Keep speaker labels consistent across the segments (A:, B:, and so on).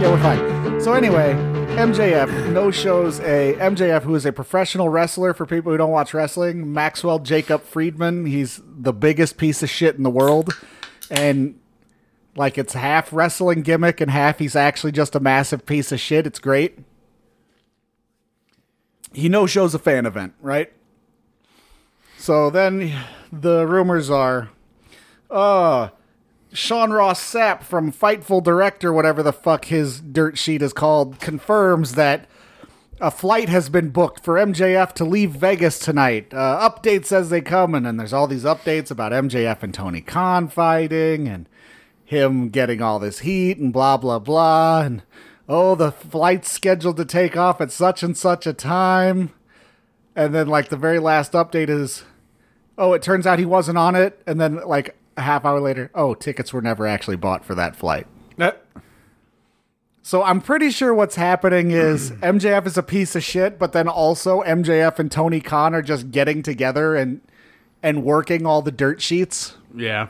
A: Yeah, we're fine. So anyway, MJF no shows a MJF who is a professional wrestler for people who don't watch wrestling. Maxwell Jacob Friedman, he's the biggest piece of shit in the world, and like it's half wrestling gimmick and half he's actually just a massive piece of shit. It's great. He no shows a fan event, right? So then the rumors are uh Sean Ross Sapp from Fightful Director, whatever the fuck his dirt sheet is called, confirms that a flight has been booked for MJF to leave Vegas tonight. Uh, updates as they come, and then there's all these updates about MJF and Tony Khan fighting and him getting all this heat and blah, blah, blah. And oh, the flight's scheduled to take off at such and such a time. And then, like, the very last update is oh, it turns out he wasn't on it. And then, like, a half hour later, oh, tickets were never actually bought for that flight.
B: Uh,
A: So I'm pretty sure what's happening is MJF is a piece of shit, but then also MJF and Tony Khan are just getting together and and working all the dirt sheets
B: Yeah.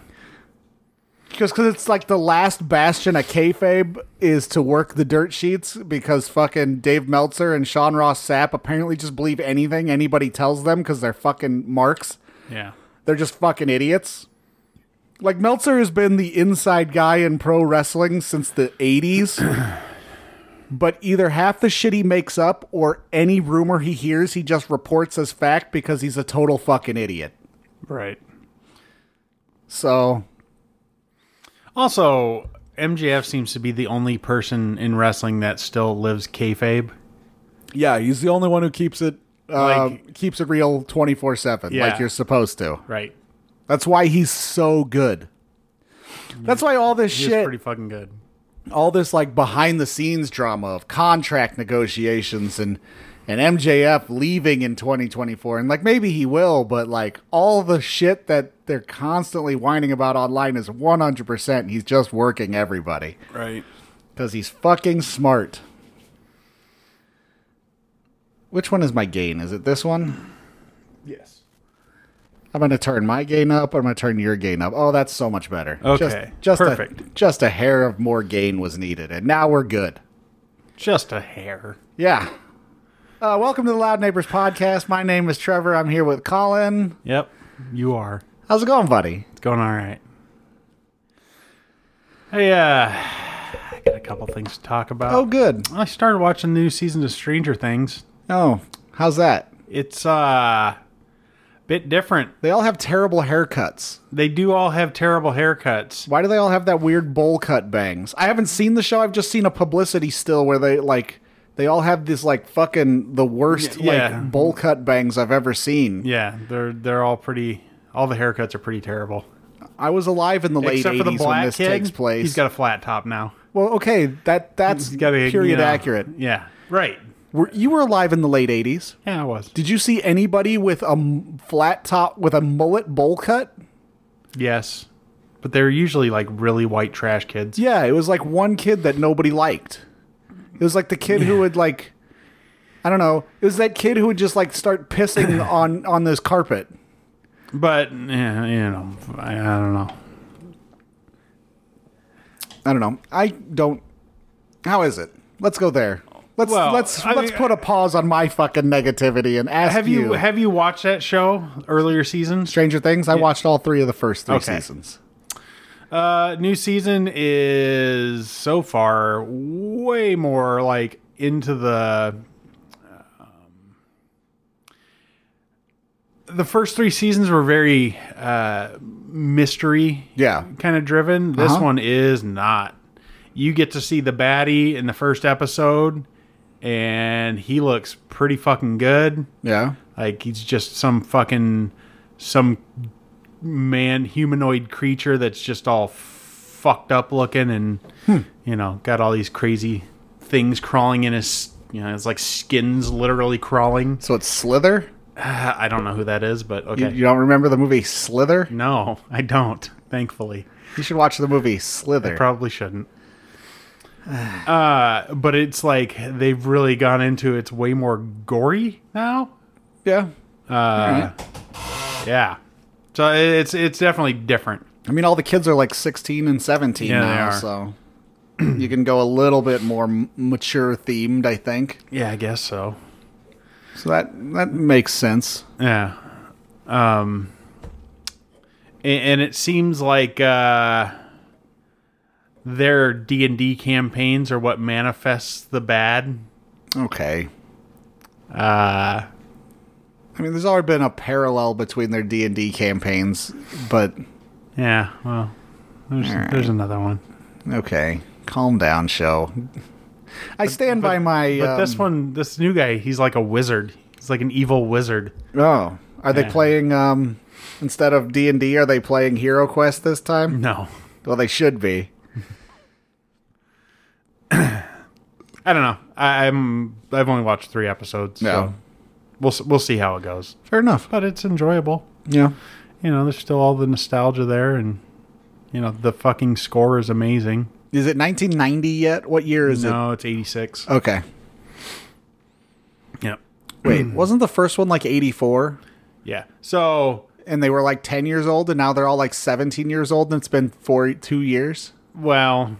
A: because because it's like the last bastion of kayfabe is to work the dirt sheets because fucking Dave Meltzer and Sean Ross Sapp apparently just believe anything anybody tells them because they're fucking marks.
B: Yeah.
A: They're just fucking idiots. Like Meltzer has been the inside guy in pro wrestling since the 80s. but either half the shit he makes up or any rumor he hears he just reports as fact because he's a total fucking idiot.
B: Right.
A: So,
B: Also, MJF seems to be the only person in wrestling that still lives kayfabe.
A: yeah, he's the only one who keeps it uh,
B: Like-
A: keeps it real 24/7
B: Yeah.
A: like you're supposed to.
B: Right.
A: That's why he's so good. That's why all this
B: He's
A: shit
B: pretty fucking good.
A: all this like behind the scenes drama of contract negotiations and and MJF leaving in 2024 and like maybe he will but like all the shit that they're constantly whining about online is 100% he's just working everybody
B: Right.
A: cuz he's fucking smart. Which one is my gain? Is it this one?
B: Yes.
A: I'm going to turn my gain up. I'm going to turn your gain up. Oh, that's so much better. Just-
B: Okay.
A: Just, a-
B: Perfect.
A: just a hair of more gain was needed and now we're good.
B: Just a hair.
A: Yeah. Uh, welcome to the Loud Neighbors podcast. My name is Trevor. I'm here with Colin.
B: Yep. You are.
A: How's it going, buddy?
B: It's going all right. Hey, uh, I got a couple things to talk about.
A: Oh, good.
B: I started watching the new season of Stranger Things.
A: Oh, how's that?
B: It's uh, a bit different.
A: They all have terrible haircuts.
B: They do all have terrible haircuts.
A: Why do they all have that weird bowl cut bangs? I haven't seen the show. I've just seen a publicity still where they like they all have this like fucking the worst
B: Y- yeah.
A: like bowl cut bangs I've ever seen.
B: Yeah, they're they're all pretty. All the haircuts are pretty terrible,
A: I was alive in the late
B: except for the
A: 80s when
B: black
A: this
B: kid.
A: takes place.
B: He's got a flat top now.
A: well, okay, that that's
B: He's got a
A: period
B: you know,
A: accurate.
B: Yeah, right.
A: Were, you were alive in the late 80s.
B: Yeah, I was.
A: Did you see anybody with a m- flat top with a mullet bowl cut?
B: Yes, but they're usually like really white trash kids.
A: Yeah, it was like one kid that nobody liked. It was like the kid who would like I don't know. It was that kid who would just like start pissing on on this carpet.
B: But yeah, you know, I, I don't know.
A: I don't know. I don't How is it? Let's go there. Let's
B: Well,
A: let's
B: I
A: let's
B: mean-
A: put a pause on my fucking negativity and ask
B: Have you have you watched that show earlier seasons?
A: Stranger Things? I watched all 3 of the first 3
B: Okay.
A: seasons.
B: Uh, new season is so far way more like into the. um, The first three seasons were very uh, mystery
A: Yeah.
B: kind of driven. This
A: Uh-huh.
B: one is not. You get to see the baddie in the first episode, and he looks pretty fucking good.
A: Yeah.
B: Like he's just some fucking some man humanoid creature that's just all fucked up looking and
A: Hmm.
B: you know got all these crazy things crawling in his you know it's like skins literally crawling.
A: So it's Slither?
B: I don't know who that is, but
A: You,
B: okay.
A: you don't remember the movie Slither?
B: no, I don't. Thankfully.
A: You should watch the movie Slither.
B: Probably shouldn't. Uh, but it's like they've really gone into it's way more gory now. Uh,
A: yeah.
B: Yeah. So it's it's definitely different.
A: I mean, all the kids are like 16 and 17
B: Yeah, they
A: now,
B: are.
A: so you can go a little bit more m- mature themed, I think.
B: Yeah, I guess so.
A: So that that makes sense.
B: Yeah. Um a- and, it seems like uh their D&D campaigns are what manifests the bad.
A: Okay.
B: Uh
A: I mean, there's already been a parallel between their D and D campaigns, but
B: yeah, well. There's there's another one.
A: okay, calm down, show. I stand by my.
B: But this
A: um,
B: one, this new guy, he's like a wizard. He's like an evil wizard.
A: Oh, are they
B: Yeah.
A: playing um instead of D and D? Are they playing Hero Quest this time?
B: No.
A: Well, they should be.
B: I don't know. I, I'm I've only watched 3 episodes,
A: No.
B: so we'll s- we'll see how it goes.
A: Fair enough.
B: But it's enjoyable.
A: Yeah.
B: you know, there's still all the nostalgia there, and you know, the fucking score is amazing.
A: Is it 1990 yet? What year is Oh.
B: no, it's '86.
A: it? Okay.
B: Yep.
A: Wait, wasn't the first one like 84?
B: Yeah. So,
A: And they were like 10 years old, and now they're all like 17 years old, and it's been four, two years?
B: well,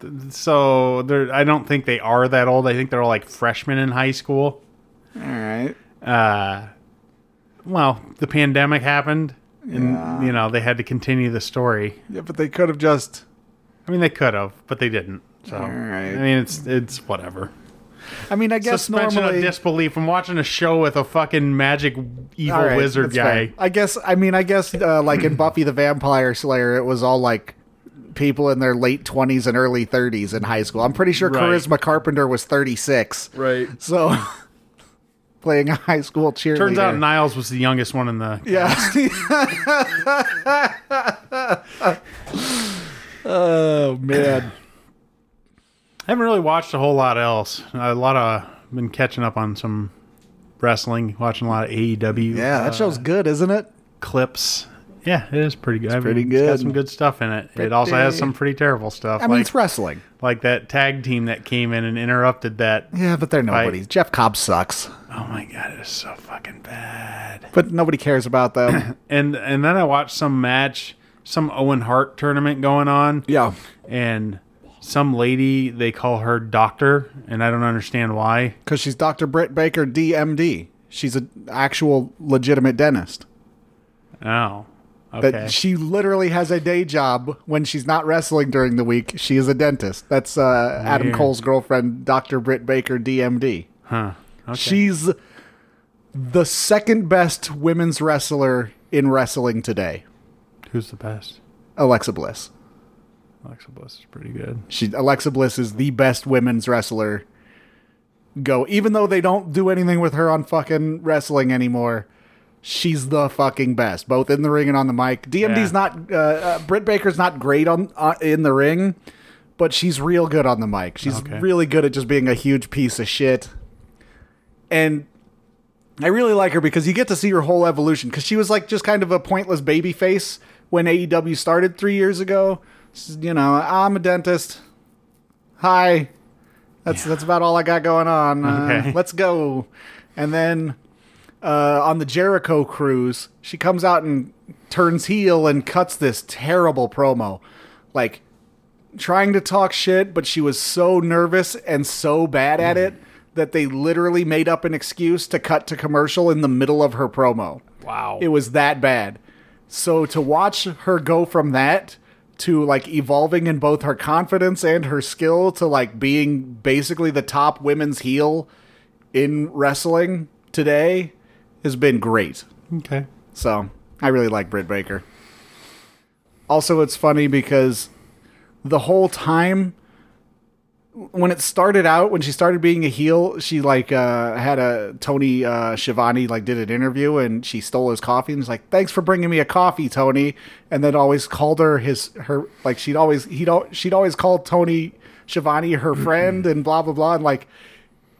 B: th- so they're. I don't think they are that old. I think they're all like freshmen in high school.
A: All right.
B: Uh, well, the pandemic happened, and
A: Yeah.
B: you know they had to continue the story.
A: Yeah, but they could have just.
B: I mean, they could have, but they didn't. So,
A: right.
B: I mean, it's it's whatever.
A: I mean, I guess
B: Suspension
A: normally.
B: of disbelief. I'm watching a show with a fucking magic evil
A: All right,
B: wizard
A: that's
B: guy.
A: fine. I guess, I mean, I guess uh, like in Buffy the Vampire Slayer, it was all like people in their late 20s and early 30s in high school. I'm pretty sure
B: Right.
A: Charisma Carpenter was 36.
B: Right.
A: So playing a high school cheerleader.
B: Turns out Niles was the youngest one in the.
A: Yeah. oh man.
B: I haven't really watched a whole lot else. A lot of been catching up on some wrestling, watching a lot of AEW.
A: Yeah,
B: uh,
A: that show's good, isn't it?
B: clips. Yeah, it is pretty good. It's
A: pretty
B: It's got
A: good.
B: some good stuff in it. It also has
A: Pretty-
B: some pretty terrible stuff.
A: I mean,
B: like,
A: it's wrestling.
B: like that tag team that came in and interrupted that.
A: Yeah, but they're nobody. Jeff Cobb sucks,
B: Oh my god, it's so fucking bad.
A: but nobody cares about them.
B: And and then I watched some match, some Owen Hart tournament going on.
A: yeah.
B: And some lady they call her Doctor, and I don't understand why.
A: Because she's Dr. Britt Baker, DMD. She's an actual legitimate dentist.
B: Oh,
A: That
B: okay.
A: she literally has a day job when she's not wrestling during the week. She is a dentist. That's uh, Adam
B: Weird.
A: Cole's girlfriend, Dr. Britt Baker, DMD.
B: huh. Okay.
A: She's the second best women's wrestler in wrestling today,
B: Who's the best?
A: Alexa Bliss.
B: Alexa Bliss is pretty good.
A: She Alexa Bliss is the best women's wrestler. Go, even though they don't do anything with her on fucking wrestling anymore, she's the fucking best, both in the ring and on the mic. DMD's
B: Yeah.
A: not uh, uh, Britt Baker's not great on uh, in the ring, but she's real good on the mic. She's
B: Okay.
A: really good at just being a huge piece of shit. And I really like her because you get to see her whole evolution. Because she was like just kind of a pointless baby face when AEW started three years ago. She's, you know, I'm a dentist. Hi, that's that's about all I got going on. Uh,
B: Okay.
A: let's go. And then uh, on the Jericho cruise, she comes out and turns heel and cuts this terrible promo, like trying to talk shit, but she was so nervous and so bad at it that they literally made up an excuse to cut to commercial in the middle of her promo.
B: Wow.
A: It was that bad. So to watch her go from that to like evolving in both her confidence and her skill to like being basically the top women's heel in wrestling today has been great.
B: okay.
A: So I really like Britt Baker. Also, it's funny because the whole time when it started out, when she started being a heel, she like uh, had a Tony uh, Schiavone like did an interview and she stole his coffee and was like, "Thanks for bringing me a coffee, Tony," and then always called her his her like she'd always he'd al- she'd always call Tony Schiavone her friend and blah blah blah and like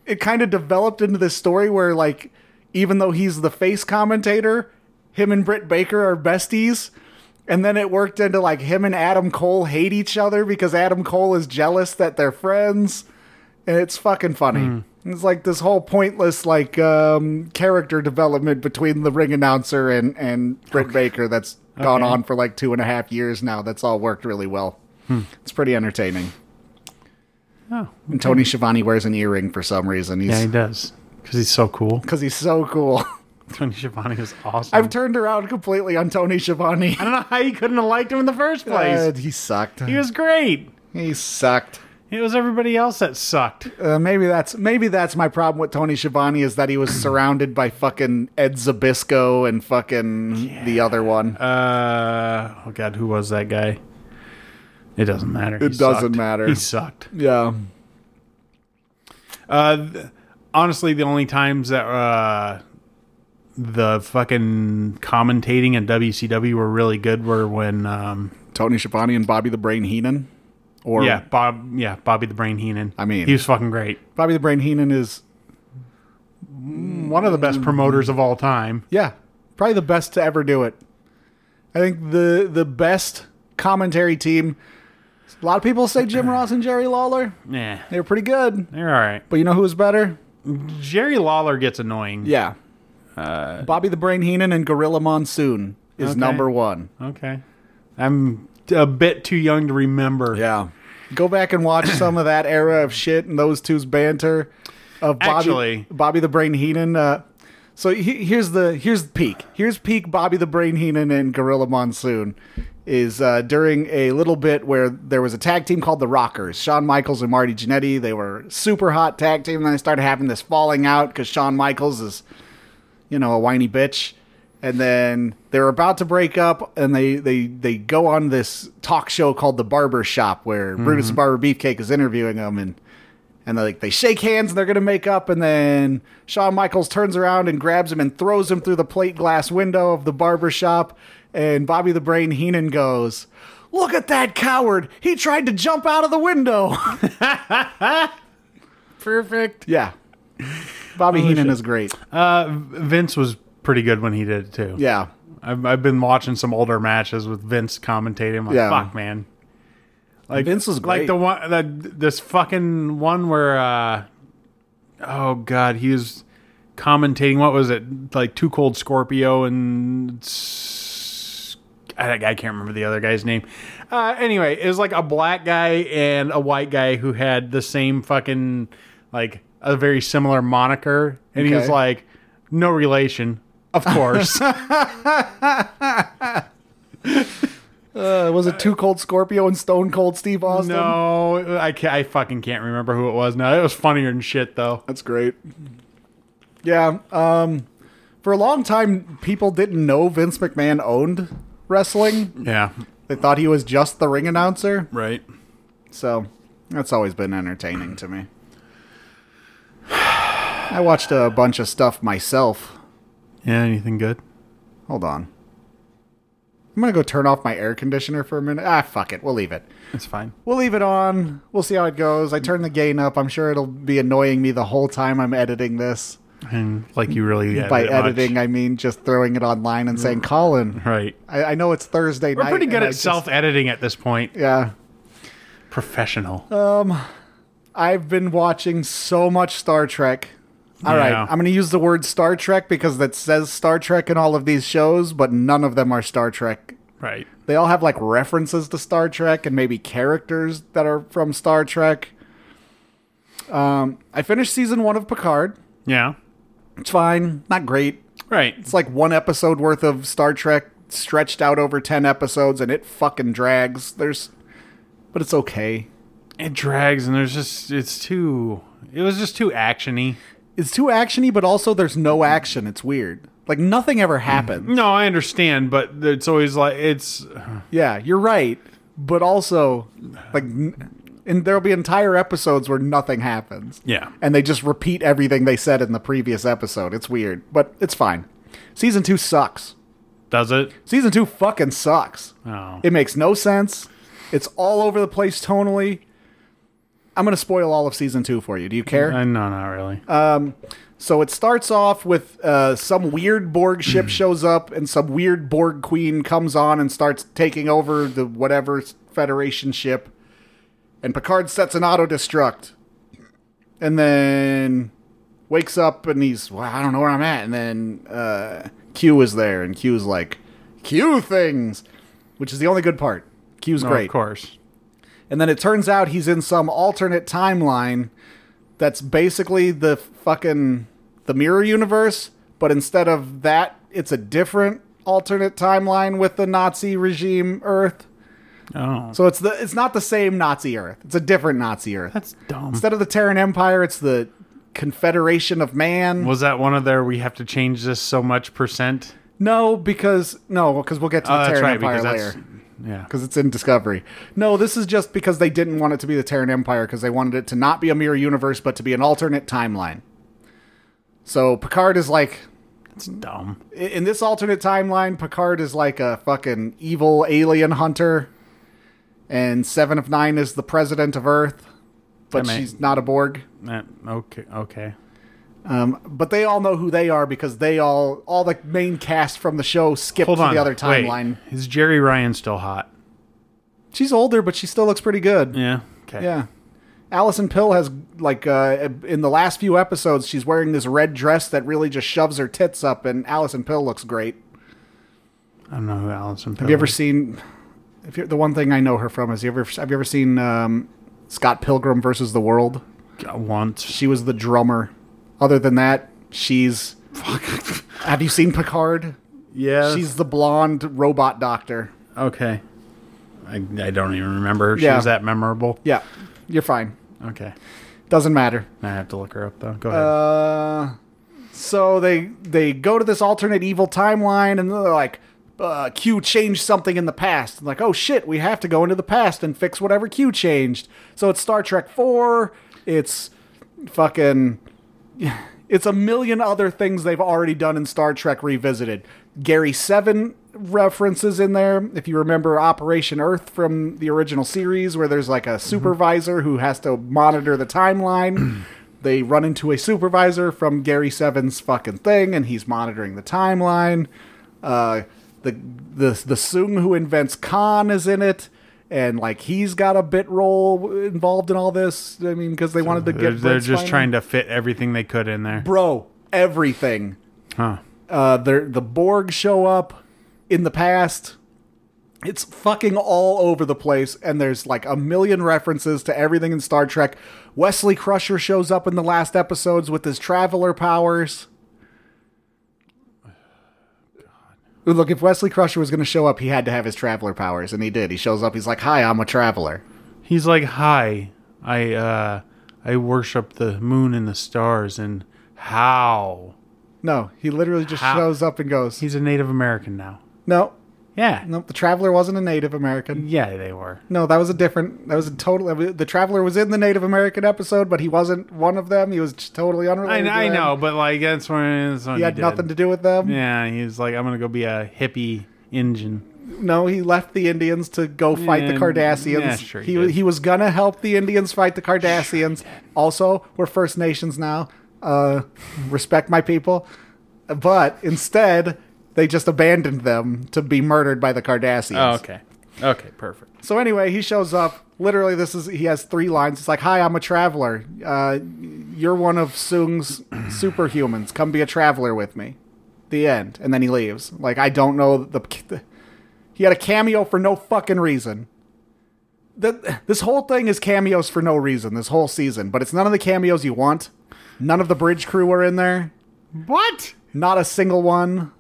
A: it kind of developed into this story where like even though he's the face commentator, him and Britt Baker are besties. And then it worked into like him and Adam Cole hate each other because Adam Cole is jealous that they're friends. And it's fucking funny.
B: Hmm.
A: It's like this whole pointless like um, character development between the ring announcer and and Britt Baker that's gone
B: Okay. Hmm.
A: on for like two and a half years now. That's all worked really well. It's pretty entertaining.
B: Oh,
A: And Tony Schiavone wears an earring for some reason.
B: yeah, he
A: He's
B: does because he's so cool.
A: because he's so cool.
B: Tony Schiavone is awesome.
A: I've turned around completely on Tony Schiavone.
B: I don't know how you couldn't have liked him in the first place.
A: Uh, he sucked.
B: he was great.
A: He sucked.
B: It was everybody else that sucked.
A: Uh, maybe that's maybe that's my problem with Tony Schiavone is that he was surrounded by fucking Ed Zabisco and fucking the other one.
B: Uh, oh God, who was that guy? It doesn't matter. It
A: doesn't matter.
B: He sucked.
A: yeah.
B: Uh, th- honestly, the only times that uh, the fucking commentating and WCW were really good were when um,
A: Tony Schiavone and Bobby the Brain Heenan. Or
B: yeah, Bob, yeah, Bobby the Brain Heenan.
A: I mean-
B: he was fucking great.
A: Bobby the Brain Heenan is
B: One of the best promoters of all time.
A: yeah, probably the best to ever do it. I think the the best commentary team. A lot of people say Jim Ross and Jerry Lawler.
B: Yeah,
A: They were pretty good.
B: they're all right.
A: But you know who was better?
B: Jerry Lawler gets annoying.
A: Yeah. Bobby the Brain Heenan and Gorilla Monsoon is
B: Okay.
A: number one.
B: Okay, I'm a bit too young to remember.
A: Yeah. Go back and watch some of that era of shit and those two's banter of Bobby,
B: Actually-
A: Bobby the Brain Heenan. Uh, so he, here's the here's the peak. Here's peak Bobby the Brain Heenan and Gorilla Monsoon is uh, during a little bit where there was a tag team called the Rockers, Shawn Michaels and Marty Jannetty. They were super hot tag team. And then they started having this falling out because Shawn Michaels is you know, a whiny bitch. And then they're about to break up, and they they they go on this talk show called The Barber Shop, where Brutus the Barber Beefcake is interviewing them, and and they like they shake hands and they're gonna make up, and then Shawn Michaels turns around and grabs him and throws him through the plate glass window of the barber shop, and Bobby the Brain Heenan goes, "Look at that coward! He tried to jump out of the window."
B: Perfect.
A: yeah, Bobby Heenan is great.
B: Uh, Vince was pretty good when he did it too.
A: Yeah,
B: I've, I've been watching some older matches with Vince commentating. I'm like,
A: Yeah.
B: fuck, man. Like
A: Vince was
B: like
A: great.
B: the one that this fucking one where, uh, oh god, he was commentating. What was it? Like Too Cold Scorpio and s- I, I can't remember the other guy's name. Uh, anyway, it was like a black guy and a white guy who had the same fucking like a very similar moniker, and he was
A: Okay.
B: like, no relation. Of course.
A: Uh, was it Too Cold Scorpio and Stone Cold Steve Austin?
B: No, I can't, I fucking can't remember who it was. Now it was funnier than shit though.
A: That's great. Yeah. Um, for a long time, people didn't know Vince McMahon owned wrestling.
B: Yeah,
A: They thought he was just the ring announcer.
B: right.
A: So that's always been entertaining to me. I watched a bunch of stuff myself.
B: Yeah, anything good?
A: Hold on. I'm going to go turn off my air conditioner for a minute. Ah, fuck it. We'll leave it.
B: It's fine.
A: We'll leave it on. We'll see how it goes. I turn the gain up. I'm sure it'll be annoying me the whole time I'm editing this.
B: And like you really edit
A: By
B: much.
A: editing, I mean just throwing it online and saying, Colin,
B: right?
A: I, I know it's Thursday
B: We're
A: night.
B: pretty good
A: and I
B: at
A: just-
B: self-editing at this point.
A: Yeah.
B: Professional.
A: I've been watching so much Star Trek. All right,
B: Yeah.
A: I'm going to use the word Star Trek because that says Star Trek in all of these shows, but none of them are Star Trek.
B: right.
A: They all have like references to Star Trek and maybe characters that are from Star Trek. Um, I finished season one of Picard.
B: Yeah.
A: It's fine, not great.
B: Right.
A: It's like one episode worth of Star Trek stretched out over 10 episodes and it fucking drags. There's but it's okay.
B: It drags and there's just it's too. It was just too actiony.
A: It's too actiony but also there's no action. It's weird. Like nothing ever happens.
B: No, I understand, but it's always like it's
A: yeah, you're right. But also like n- and there'll be entire episodes where nothing happens.
B: yeah.
A: And they just repeat everything they said in the previous episode. It's weird, but it's fine. Season 2 sucks.
B: Does it?
A: Season 2 fucking sucks.
B: Oh.
A: It makes no sense. It's all over the place tonally. I'm going to spoil all of season two for you. Do you care?
B: Uh, no, not really.
A: So it starts off with uh, some weird Borg ship shows up, and some weird Borg queen comes on and starts taking over the whatever Federation ship. And Picard sets an auto destruct, and then wakes up and he's well, I don't know where I'm at. And then uh, Q is there, and Q's like Q things, which is the only good part. Q's
B: No,
A: great.
B: Of course.
A: And then it turns out he's in some alternate timeline that's basically the fucking the mirror universe, but instead of that, it's a different alternate timeline with the Nazi regime Earth.
B: Oh,
A: So it's the it's not the same Nazi Earth. It's a different Nazi Earth.
B: that's dumb.
A: Instead of the Terran Empire, it's the Confederation of Man.
B: was that one of their we have to change this so much percent?
A: No, because no, because we'll get to the
B: Oh,
A: Terran
B: that's right,
A: Empire
B: because
A: later.
B: that's yeah.
A: because it's in Discovery. No, this is just because they didn't want it to be the Terran Empire because they wanted it to not be a mirror universe but to be an alternate timeline. So Picard is like
B: That's dumb.
A: i- in this alternate timeline, Picard is like a fucking evil alien hunter, and Seven of Nine is the president of Earth, but
B: Damn it.
A: she's not a Borg.
B: Eh, okay, okay.
A: Um, but they all know who they are because they all all the main cast from the show skipped
B: Hold
A: to
B: on.
A: the other
B: Wait.
A: timeline.
B: Is Jerry Ryan still hot?
A: She's older, but she still looks pretty good.
B: Yeah. Okay.
A: Yeah. Allison Pill has like uh, in the last few episodes, she's wearing this red dress that really just shoves her tits up, and Allison Pill looks great.
B: I don't know who Allison.
A: Have you ever seen? If you're, the one thing I know her from is you ever have you ever seen um, Scott Pilgrim versus the World?
B: once?
A: She was the drummer. Other than that, she's. Have you seen Picard?
B: Yeah. She's
A: She's the blonde robot doctor.
B: okay. I, I don't even remember. her. She
A: Yeah.
B: was that memorable.
A: Yeah, you're fine.
B: Okay.
A: Doesn't matter.
B: I have to look her up though. Go ahead.
A: Uh, so they they go to this alternate evil timeline, and they're like, uh, "Q changed something in the past." And like, oh shit, we have to go into the past and fix whatever Q changed. So it's Star Trek Four. It's fucking. It's a million other things they've already done in Star Trek Revisited. Gary Seven references in there. If you remember Operation Earth from the original series, where there's
B: Mm-hmm.
A: like a supervisor who has to monitor the timeline, they run into a supervisor from Gary Seven's fucking thing, and he's monitoring the timeline. Uh, the the the Sung who invents Khan is in it. And like he's got a bit role involved in all this. I mean, because they wanted to get
B: they're they're
A: Brent
B: just
A: Spiner
B: trying to fit everything they could in there.
A: bro, everything.
B: Huh.
A: Uh, they're- the Borg show up in the past. It's fucking all over the place, and there's like a million references to everything in Star Trek. Wesley Crusher shows up in the last episodes with his traveler powers. Look, if Wesley Crusher was going to show up, he had to have his traveler powers, and he did. He shows up, he's like, Hi, I'm a traveler.
B: He's like, "Hi, I uh, I worship the moon and the stars, and how?"
A: No, he literally just
B: How-
A: shows up and goes,
B: He's a Native American now.
A: No,
B: Yeah.
A: no, the traveler wasn't a Native American.
B: Yeah, they were.
A: No, that was a different. That was a total. The traveler was in the Native American episode, but he wasn't one of them. He was just totally
B: I,
A: unrelated.
B: I
A: to them.
B: know, but like that's when, that's when
A: He had
B: did.
A: nothing to do with them.
B: Yeah, he was like, "I'm gonna go be a hippie Indian."
A: No, he left the Indians to go fight the
B: Yeah,
A: Cardassians.
B: yeah, sure he
A: he
B: did.
A: he was gonna help the Indians fight the Cardassians. also, we're First Nations now. Uh, respect my people, but instead they just abandoned them to be murdered by the Cardassians.
B: Oh, okay, okay, perfect.
A: So anyway, he shows up. Literally, this is he has three lines. It's like, "Hi, I'm a traveler. Uh, you're one of Sung's superhumans. Come be a traveler with me." The end. And then he leaves. Like I don't know the. he had a cameo for no fucking reason. The, this whole thing is cameos for no reason. This whole season, but it's none of the cameos you want. None of the bridge crew are in there.
B: What?
A: Not a single one.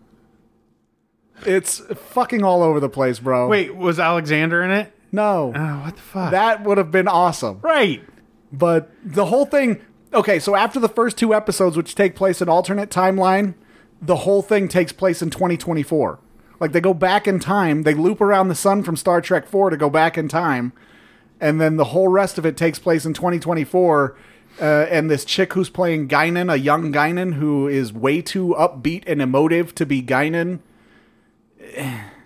A: It's fucking all over the place, bro.
B: Wait, was Alexander in it?
A: no.
B: Oh, what the fuck?
A: That would have been awesome.
B: right.
A: But the whole thing. Okay, so after the first two episodes, which take place in alternate timeline, the whole thing takes place in 2024. Like they go back in time, they loop around the sun from Star Trek 4 to go back in time, and then the whole rest of it takes place in 2024. Uh, and this chick who's playing Guinan, a young Guinan who is way too upbeat and emotive to be Guinan.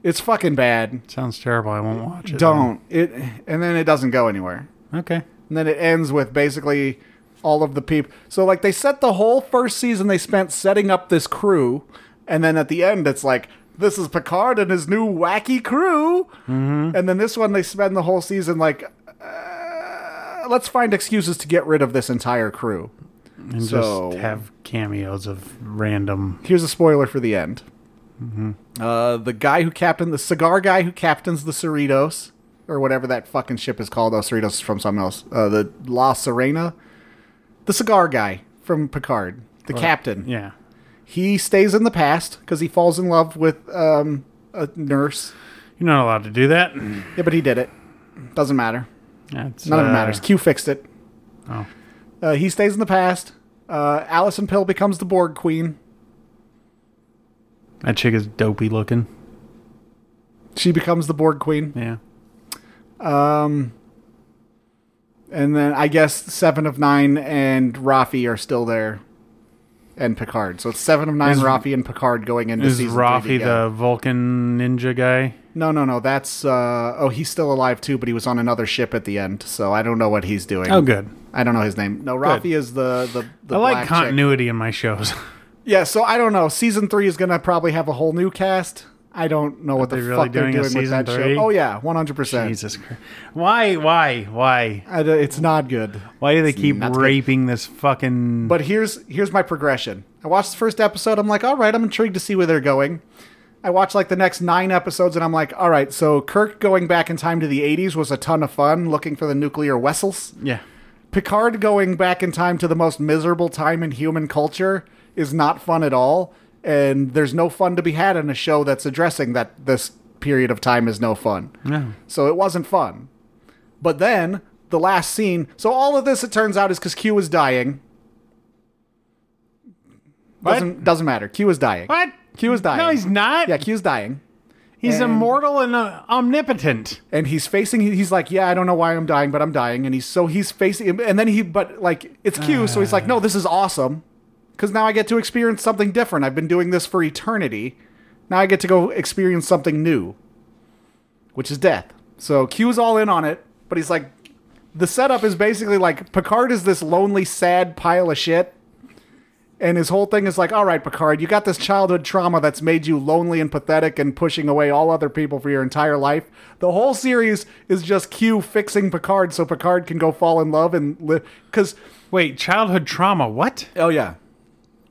A: It's fucking bad.
B: Sounds terrible. I won't watch it.
A: Don't it, and then it doesn't go anywhere.
B: Okay.
A: And then it ends with basically all of the people. So like they set the whole first season they spent setting up this crew, and then at the end it's like this is Picard and his new wacky crew.
B: Mm-hmm.
A: And then this one they spend the whole season like uh, let's find excuses to get rid of this entire crew.
B: And
A: So-
B: just have cameos of random.
A: Here's a spoiler for the
B: Mm-hmm.
A: end. Uh, the guy who captained the cigar guy who captains the Cerritos or whatever that fucking ship is called. Los Cerritos is from something else. Uh, the La Serena, the cigar guy from Picard, the captain.
B: Yeah.
A: He stays in the past because he falls in love with um, a nurse.
B: You're not allowed to do that.
A: Yeah, but he did it. Doesn't matter.
B: That's,
A: Mm. None of
B: uh,
A: it matters. Q fixed it.
B: Oh.
A: Uh, he stays in the past. Uh, Allison Pill becomes the Borg Queen.
B: That chick is dopey looking.
A: She becomes the Borg Queen.
B: Yeah.
A: Um, And then I guess Seven of Nine and Rafi are still there, and Picard. So it's Seven of Nine,
B: Is-
A: Rafi, and Picard going into
B: Is
A: season three
B: Rafi
A: together.
B: the Vulcan ninja guy?
A: No, no, no. That's uh, oh, he's still alive too, but he was on another ship at the end. So I don't know what he's doing.
B: Oh, good.
A: I don't know his name. No, Rafi is the the. the
B: I
A: black
B: like
A: chick.
B: continuity in my shows.
A: Yeah, so I don't know. Season three is gonna probably have a whole new cast. I don't know what the
B: they really
A: fuck they're
B: doing a
A: doing with
B: season
A: that
B: three?
A: show. Oh yeah, one hundred percent.
B: Jesus Christ. Why, why, why?
A: It's not good.
B: Why do they keep
A: not good.
B: raping this fucking.
A: But here's here's my progression. I watched the first episode. I'm like, all right, I'm intrigued to see where they're going. I watched like the next nine episodes, and I'm like, all right, so Kirk going back in time to the 80s was a ton of fun, looking for the nuclear vessels.
B: yeah.
A: Picard going back in time to the most miserable time in human culture is not fun at all, and there's no fun to be had in a show that's addressing that this period of time is no fun.
B: No.
A: So it wasn't fun. But then the last scene. So all of this, it turns out, is because Q is dying.
B: What?
A: Doesn't doesn't matter. Q is dying.
B: What?
A: Q is dying.
B: No, he's not.
A: Yeah, Q is dying,
B: he's
A: and-
B: immortal and uh, omnipotent.
A: and he's facing. he- He's like, yeah, I don't know why I'm dying, but I'm dying, and he's so he's facing. him, And then he, but like it's Q, so he's like, no, this is awesome, because now I get to experience something different. I've been doing this for eternity. Now I get to go experience something new, which is death. So Q is all in on it, but he's like, the setup is basically like Picard is this lonely, sad pile of shit. And his whole thing is like, all right, Picard, you got this childhood trauma that's made you lonely and pathetic and pushing away all other people for your entire life. The whole series is just Q fixing Picard so Picard can go fall in love and live. Because,
B: Wait, childhood trauma. What?
A: oh, yeah.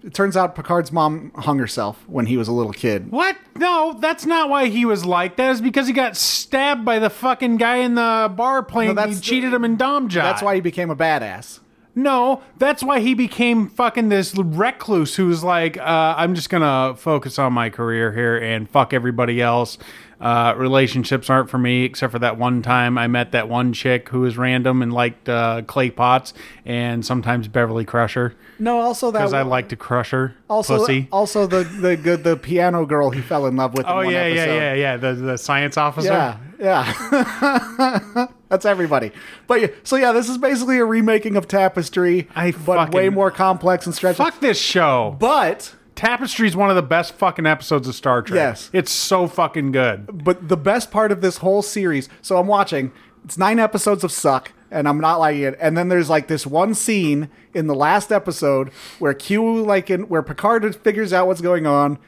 A: It turns out Picard's mom hung herself when he was a little kid.
B: What? No, that's not why he was like that. Is because he got stabbed by the fucking guy in the bar playing.
A: No,
B: he
A: that's-
B: cheated him in Dom job.
A: That's why he became a badass.
B: No, that's why he became fucking this recluse who's like, uh, I'm just gonna focus on my career here and fuck everybody else. Uh, relationships aren't for me, except for that one time I met that one chick who was random and liked uh, Clay Potts and sometimes Beverly Crusher
A: No, also that.
B: because I like to crush her.
A: also,
B: pussy.
A: also the the good the piano girl he fell in love with.
B: oh
A: in uh, one
B: yeah, yeah,
A: episode.
B: yeah, yeah. The the science officer.
A: Yeah, yeah. That's everybody. But yeah, so yeah, this is basically a remaking of Tapestry,
B: I
A: but
B: fucking-
A: way more complex and stretched.
B: Fuck this show.
A: But
B: Tapestry is one of the best fucking episodes of Star Trek.
A: Yes.
B: It's so fucking good.
A: but the best part of this whole series. So I'm watching. It's nine episodes of suck, and I'm not liking it. And then there's like this one scene in the last episode where Q like in where Picard figures out what's going on.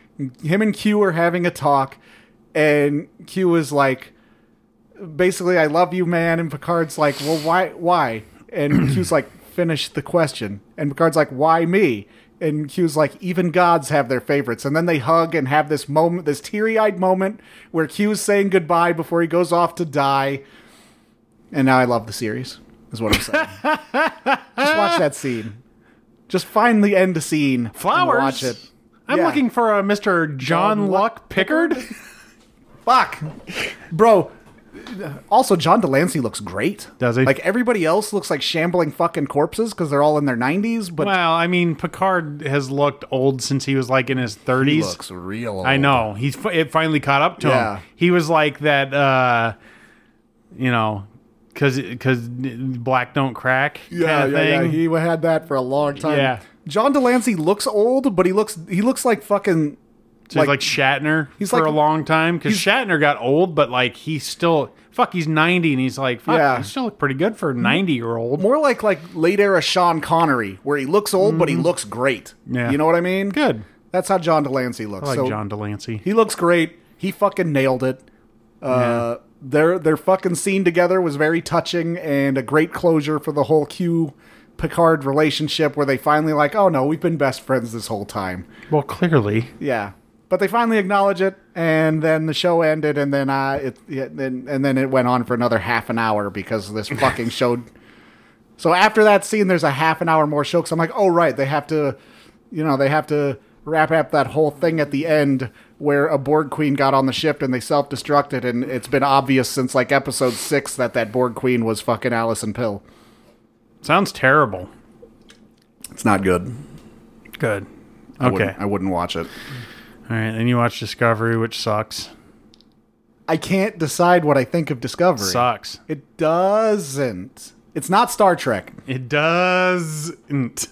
A: Him and Q are having a talk, and Q is like. basically I love you, man. And Picard's like, well, why, why? And Q's like, finish the question. And Picard's like, why me? And Q's like, even gods have their favorites. And then they hug and have this moment, this teary-eyed moment where Q's saying goodbye before he goes off to die. And now I love the series, is what I'm saying. Just watch that scene. Just find the end scene. and
B: flowers.
A: watch it.
B: I'm
A: Yeah.
B: looking for a Mr. John,
A: John Luck
B: Luck Pickard.
A: Fuck, bro. Also, John Delancey looks great.
B: Does he?
A: Like everybody else looks like shambling fucking corpses because they're all in their nineties. But
B: well, I mean, Picard has looked old since he was like in his 30s.
A: real.
B: I know he's fi- it finally caught up to
A: Yeah.
B: him. He was like that, uh, you know, because because black don't crack
A: Yeah,
B: kind of
A: yeah, yeah.
B: thing.
A: He had that for a long time.
B: Yeah.
A: John Delancey looks old, but he looks he looks like fucking.
B: So he's like, Shatner
A: he's
B: for
A: like-
B: a long time because Shatner got old, but like he's still fuck. He's 90 and he's like fuck.
A: Yeah.
B: He still look pretty good for a 90 year old.
A: more like like late era Sean Connery, where he looks old but he looks great.
B: Mm-hmm. Yeah.
A: you know what I mean.
B: Good.
A: That's how John Delancey looks.
B: I like
A: so
B: John Delancey.
A: He looks great. He fucking nailed it. Uh, Their their fucking scene together was very touching and a great closure for the whole Q Picard relationship, where they finally like, oh no, we've been best friends this whole time.
B: Well, clearly.
A: Yeah, But they finally acknowledge it, and then the show ended, and then I it, it then and then it went on for another half an hour because this fucking show. So after that scene, there's a half an hour more show. Cause I'm like, oh right, they have to, you know, they have to wrap up that whole thing at the end where a Borg Queen got on the ship and they self destructed, and it's been obvious since like episode six that that Borg Queen was fucking Allison Pill.
B: Sounds terrible.
A: It's not good.
B: Good.
A: I
B: Okay.
A: wouldn't, I wouldn't watch it.
B: All right. Then you watch Discovery, which sucks.
A: I can't decide what I think of Discovery.
B: Sucks.
A: It doesn't. It's not Star Trek.
B: It doesn't.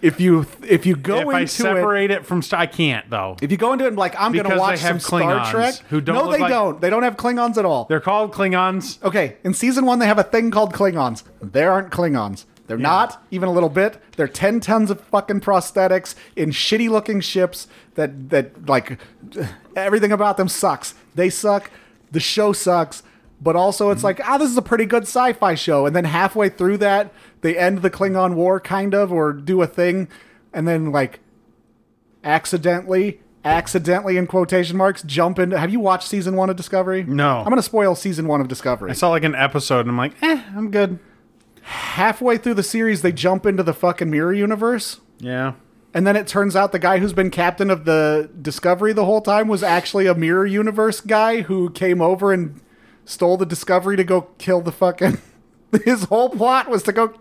A: If you if you go
B: if
A: into
B: I
A: it,
B: separate it, from Star, I can't though.
A: if you go into it and like I'm going to
B: Because
A: watch
B: they have
A: some
B: Klingons
A: Star Trek,
B: who don't
A: no,
B: look
A: they
B: like-
A: don't. They don't have Klingons at all.
B: They're called Klingons.
A: okay, in season one they have a thing called Klingons. There aren't Klingons. They're not even a little bit. They're ten tons of fucking prosthetics in shitty looking ships that that like everything about them sucks. They suck. The show sucks. But also, it's like, ah, this is a pretty good sci fi show. And then halfway through that, they end the Klingon War, kind of, or do a thing. And then, like, accidentally, accidentally in quotation marks, jump into. Have you watched season one of Discovery?
B: No.
A: I'm gonna spoil season one of Discovery.
B: I saw like an episode, and I'm like, eh, I'm good.
A: Halfway through the series, they jump into the fucking mirror universe,
B: Yeah.
A: and then it turns out the guy who's been captain of the Discovery the whole time was actually a mirror universe guy who came over and stole the Discovery to go kill the fucking. His whole plot was to go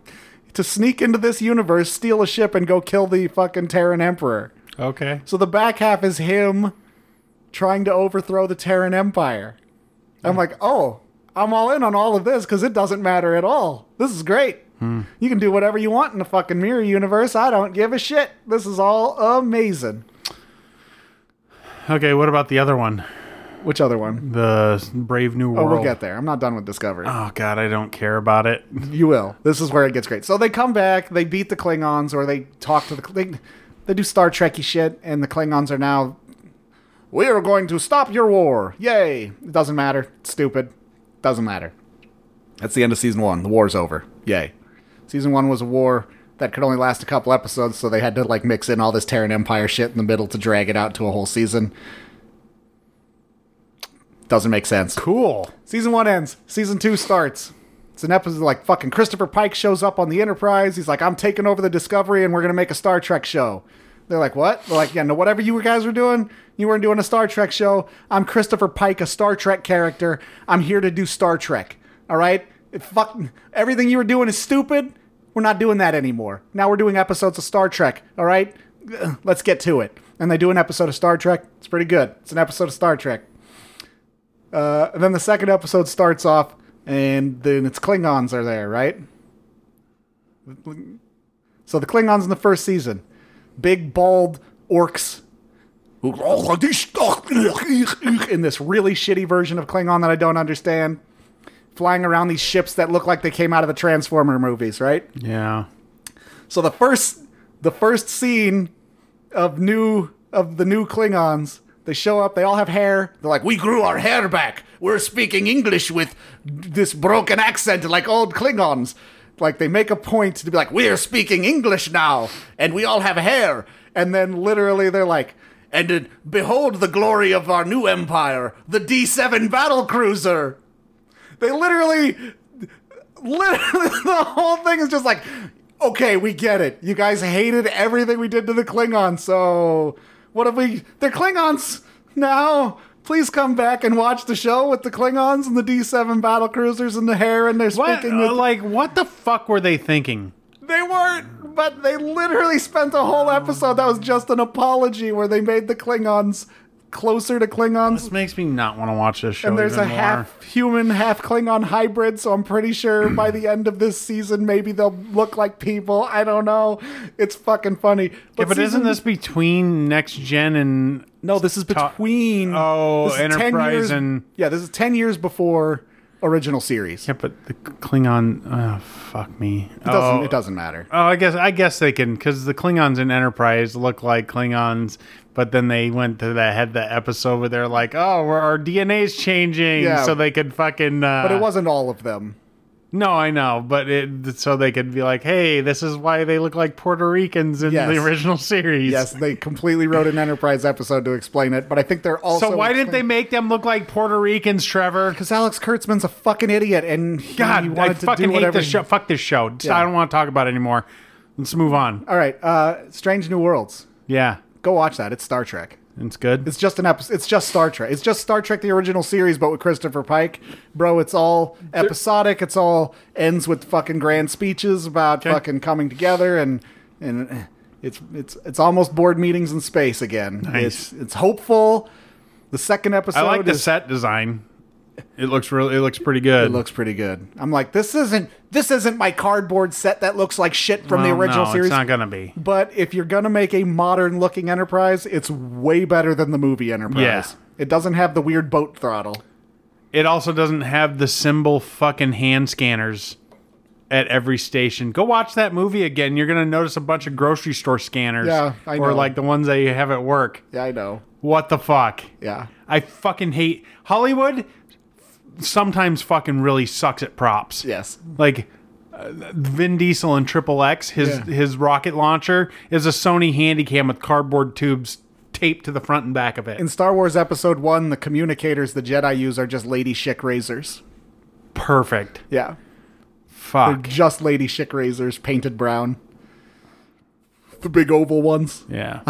A: to sneak into this universe, steal a ship, and go kill the fucking Terran Emperor.
B: Okay.
A: So the back half is him trying to overthrow the Terran Empire. I'm like, oh, I'm all in on all of this because it doesn't matter at all. This is great. You can do whatever you want in the fucking mirror universe. I don't give a shit. This is all amazing.
B: Okay. What about the other one?
A: Which other one?
B: The Brave New
A: Oh,
B: World.
A: we'll get there. I'm not done with Discovery.
B: Oh God, I don't care about it.
A: You will. This is where it gets great. So they come back, they beat the Klingons, or they talk to the they, they do Star Trekky shit, and the Klingons are now. We are going to stop your war! Yay! It doesn't matter. It's stupid. Doesn't matter. That's the end of season one. The war's over. Yay! Season one was a war that could only last a couple episodes, so they had to like mix in all this Terran Empire shit in the middle to drag it out to a whole season. Doesn't make sense.
B: Cool.
A: Season one ends. Season two starts. It's an episode like fucking Christopher Pike shows up on the Enterprise. He's like, I'm taking over the Discovery and we're going to make a Star Trek show. They're like, what? They're like, yeah, no, whatever you guys were doing, you weren't doing a Star Trek show. I'm Christopher Pike, a Star Trek character. I'm here to do Star Trek. All right? It fuck, everything you were doing is stupid. We're not doing that anymore. Now we're doing episodes of Star Trek. All right? Ugh, Let's get to it. And they do an episode of Star Trek. It's pretty good. It's an episode of Star Trek. Uh, and then the second episode starts off, and then it's Klingons are there, right? So the Klingons in the first season, big bald orcs, in this really shitty version of Klingon that I don't understand, flying around these ships that look like they came out of the Transformer movies, right?
B: Yeah.
A: So the first the first scene of new of the new Klingons, they show up, they all have hair. They're like, "We grew our hair back. We're speaking English with this broken accent like old Klingons." Like they make a point to be like, "We're speaking English now and we all have hair." And then literally they're like, "And uh, behold the glory of our new empire, the D7 battle cruiser." They literally literally the whole thing is just like okay we get it you guys hated everything we did to the klingons so what if we they're klingons now please come back and watch the show with the klingons and the d7 battle cruisers and the hair and they're
B: What? uh, Oh.
A: speaking with
B: like, what the fuck were they thinking?
A: they weren't but they literally spent a whole episode that was just an apology where they made the klingons closer to klingons
B: This makes me not want to watch this show.
A: and there's a
B: even more.
A: half human, half Klingon hybrid, so I'm pretty sure by the end of this season, maybe they'll look like people. I don't know. It's fucking funny.
B: Yeah, but
A: season-
B: isn't this between next gen and
A: No, this is between.
B: Oh,
A: this is 10
B: Enterprise
A: years-
B: and-
A: Yeah, this is 10 years before original series.
B: yeah, but the Klingon? Oh, fuck me.
A: It doesn't, it doesn't matter.
B: Oh, I guess I guess they can because the Klingons in Enterprise look like Klingons, but then they went to the had the episode where they're like, "Oh, we're, our DNA's changing,"
A: Yeah.
B: so they could fucking. Uh,
A: But it wasn't all of them.
B: No, I know, but it, so they could be like, "Hey, this is why they look like Puerto Ricans in
A: Yes.
B: the original series."
A: Yes, they completely wrote an Enterprise episode to explain it, but I think they're also.
B: So why didn't they make them look like Puerto Ricans, Trevor?
A: Because Alex Kurtzman's a fucking idiot, and he
B: God,
A: wanted
B: I
A: to
B: fucking
A: do
B: hate
A: whatever.
B: this show. Fuck this show. Just-
A: Yeah.
B: I don't want to talk about it anymore. Let's move on.
A: All right, uh, Strange New Worlds.
B: Yeah,
A: Go watch that. It's Star Trek.
B: it's good.
A: It's just an episode. It's just Star Trek. It's just Star Trek the original series, but with Christopher Pike, bro. It's all episodic. It's all ends with fucking grand speeches about fucking coming together and and eh, it's it's it's almost board meetings in space again. It's it's hopeful. The second episode
B: I like the
A: is-
B: set design. It looks really. It looks pretty good.
A: it looks pretty good. I'm like this isn't this isn't my cardboard set that looks like shit from the
B: Well,
A: original
B: no,
A: series.
B: It's not gonna be.
A: But if you're gonna make a modern looking Enterprise, it's way better than the movie Enterprise.
B: Yeah.
A: It doesn't have the weird boat throttle.
B: It also doesn't have the symbol fucking hand scanners at every station. Go watch that movie again. You're gonna notice a bunch of grocery store scanners.
A: Yeah, I
B: Or
A: know.
B: like the ones that you have at work.
A: Yeah, I know.
B: What the fuck?
A: Yeah.
B: I fucking hate Hollywood. Sometimes fucking really sucks at props.
A: Yes.
B: Like uh, Vin Diesel in Triple X, his
A: Yeah.
B: his rocket launcher is a Sony Handycam with cardboard tubes taped to the front and back of it.
A: In Star Wars Episode 1, the communicators the Jedi use are just Lady Schick razors.
B: Perfect.
A: Yeah.
B: Fuck.
A: Just Lady Schick razors painted brown. The big oval ones.
B: yeah.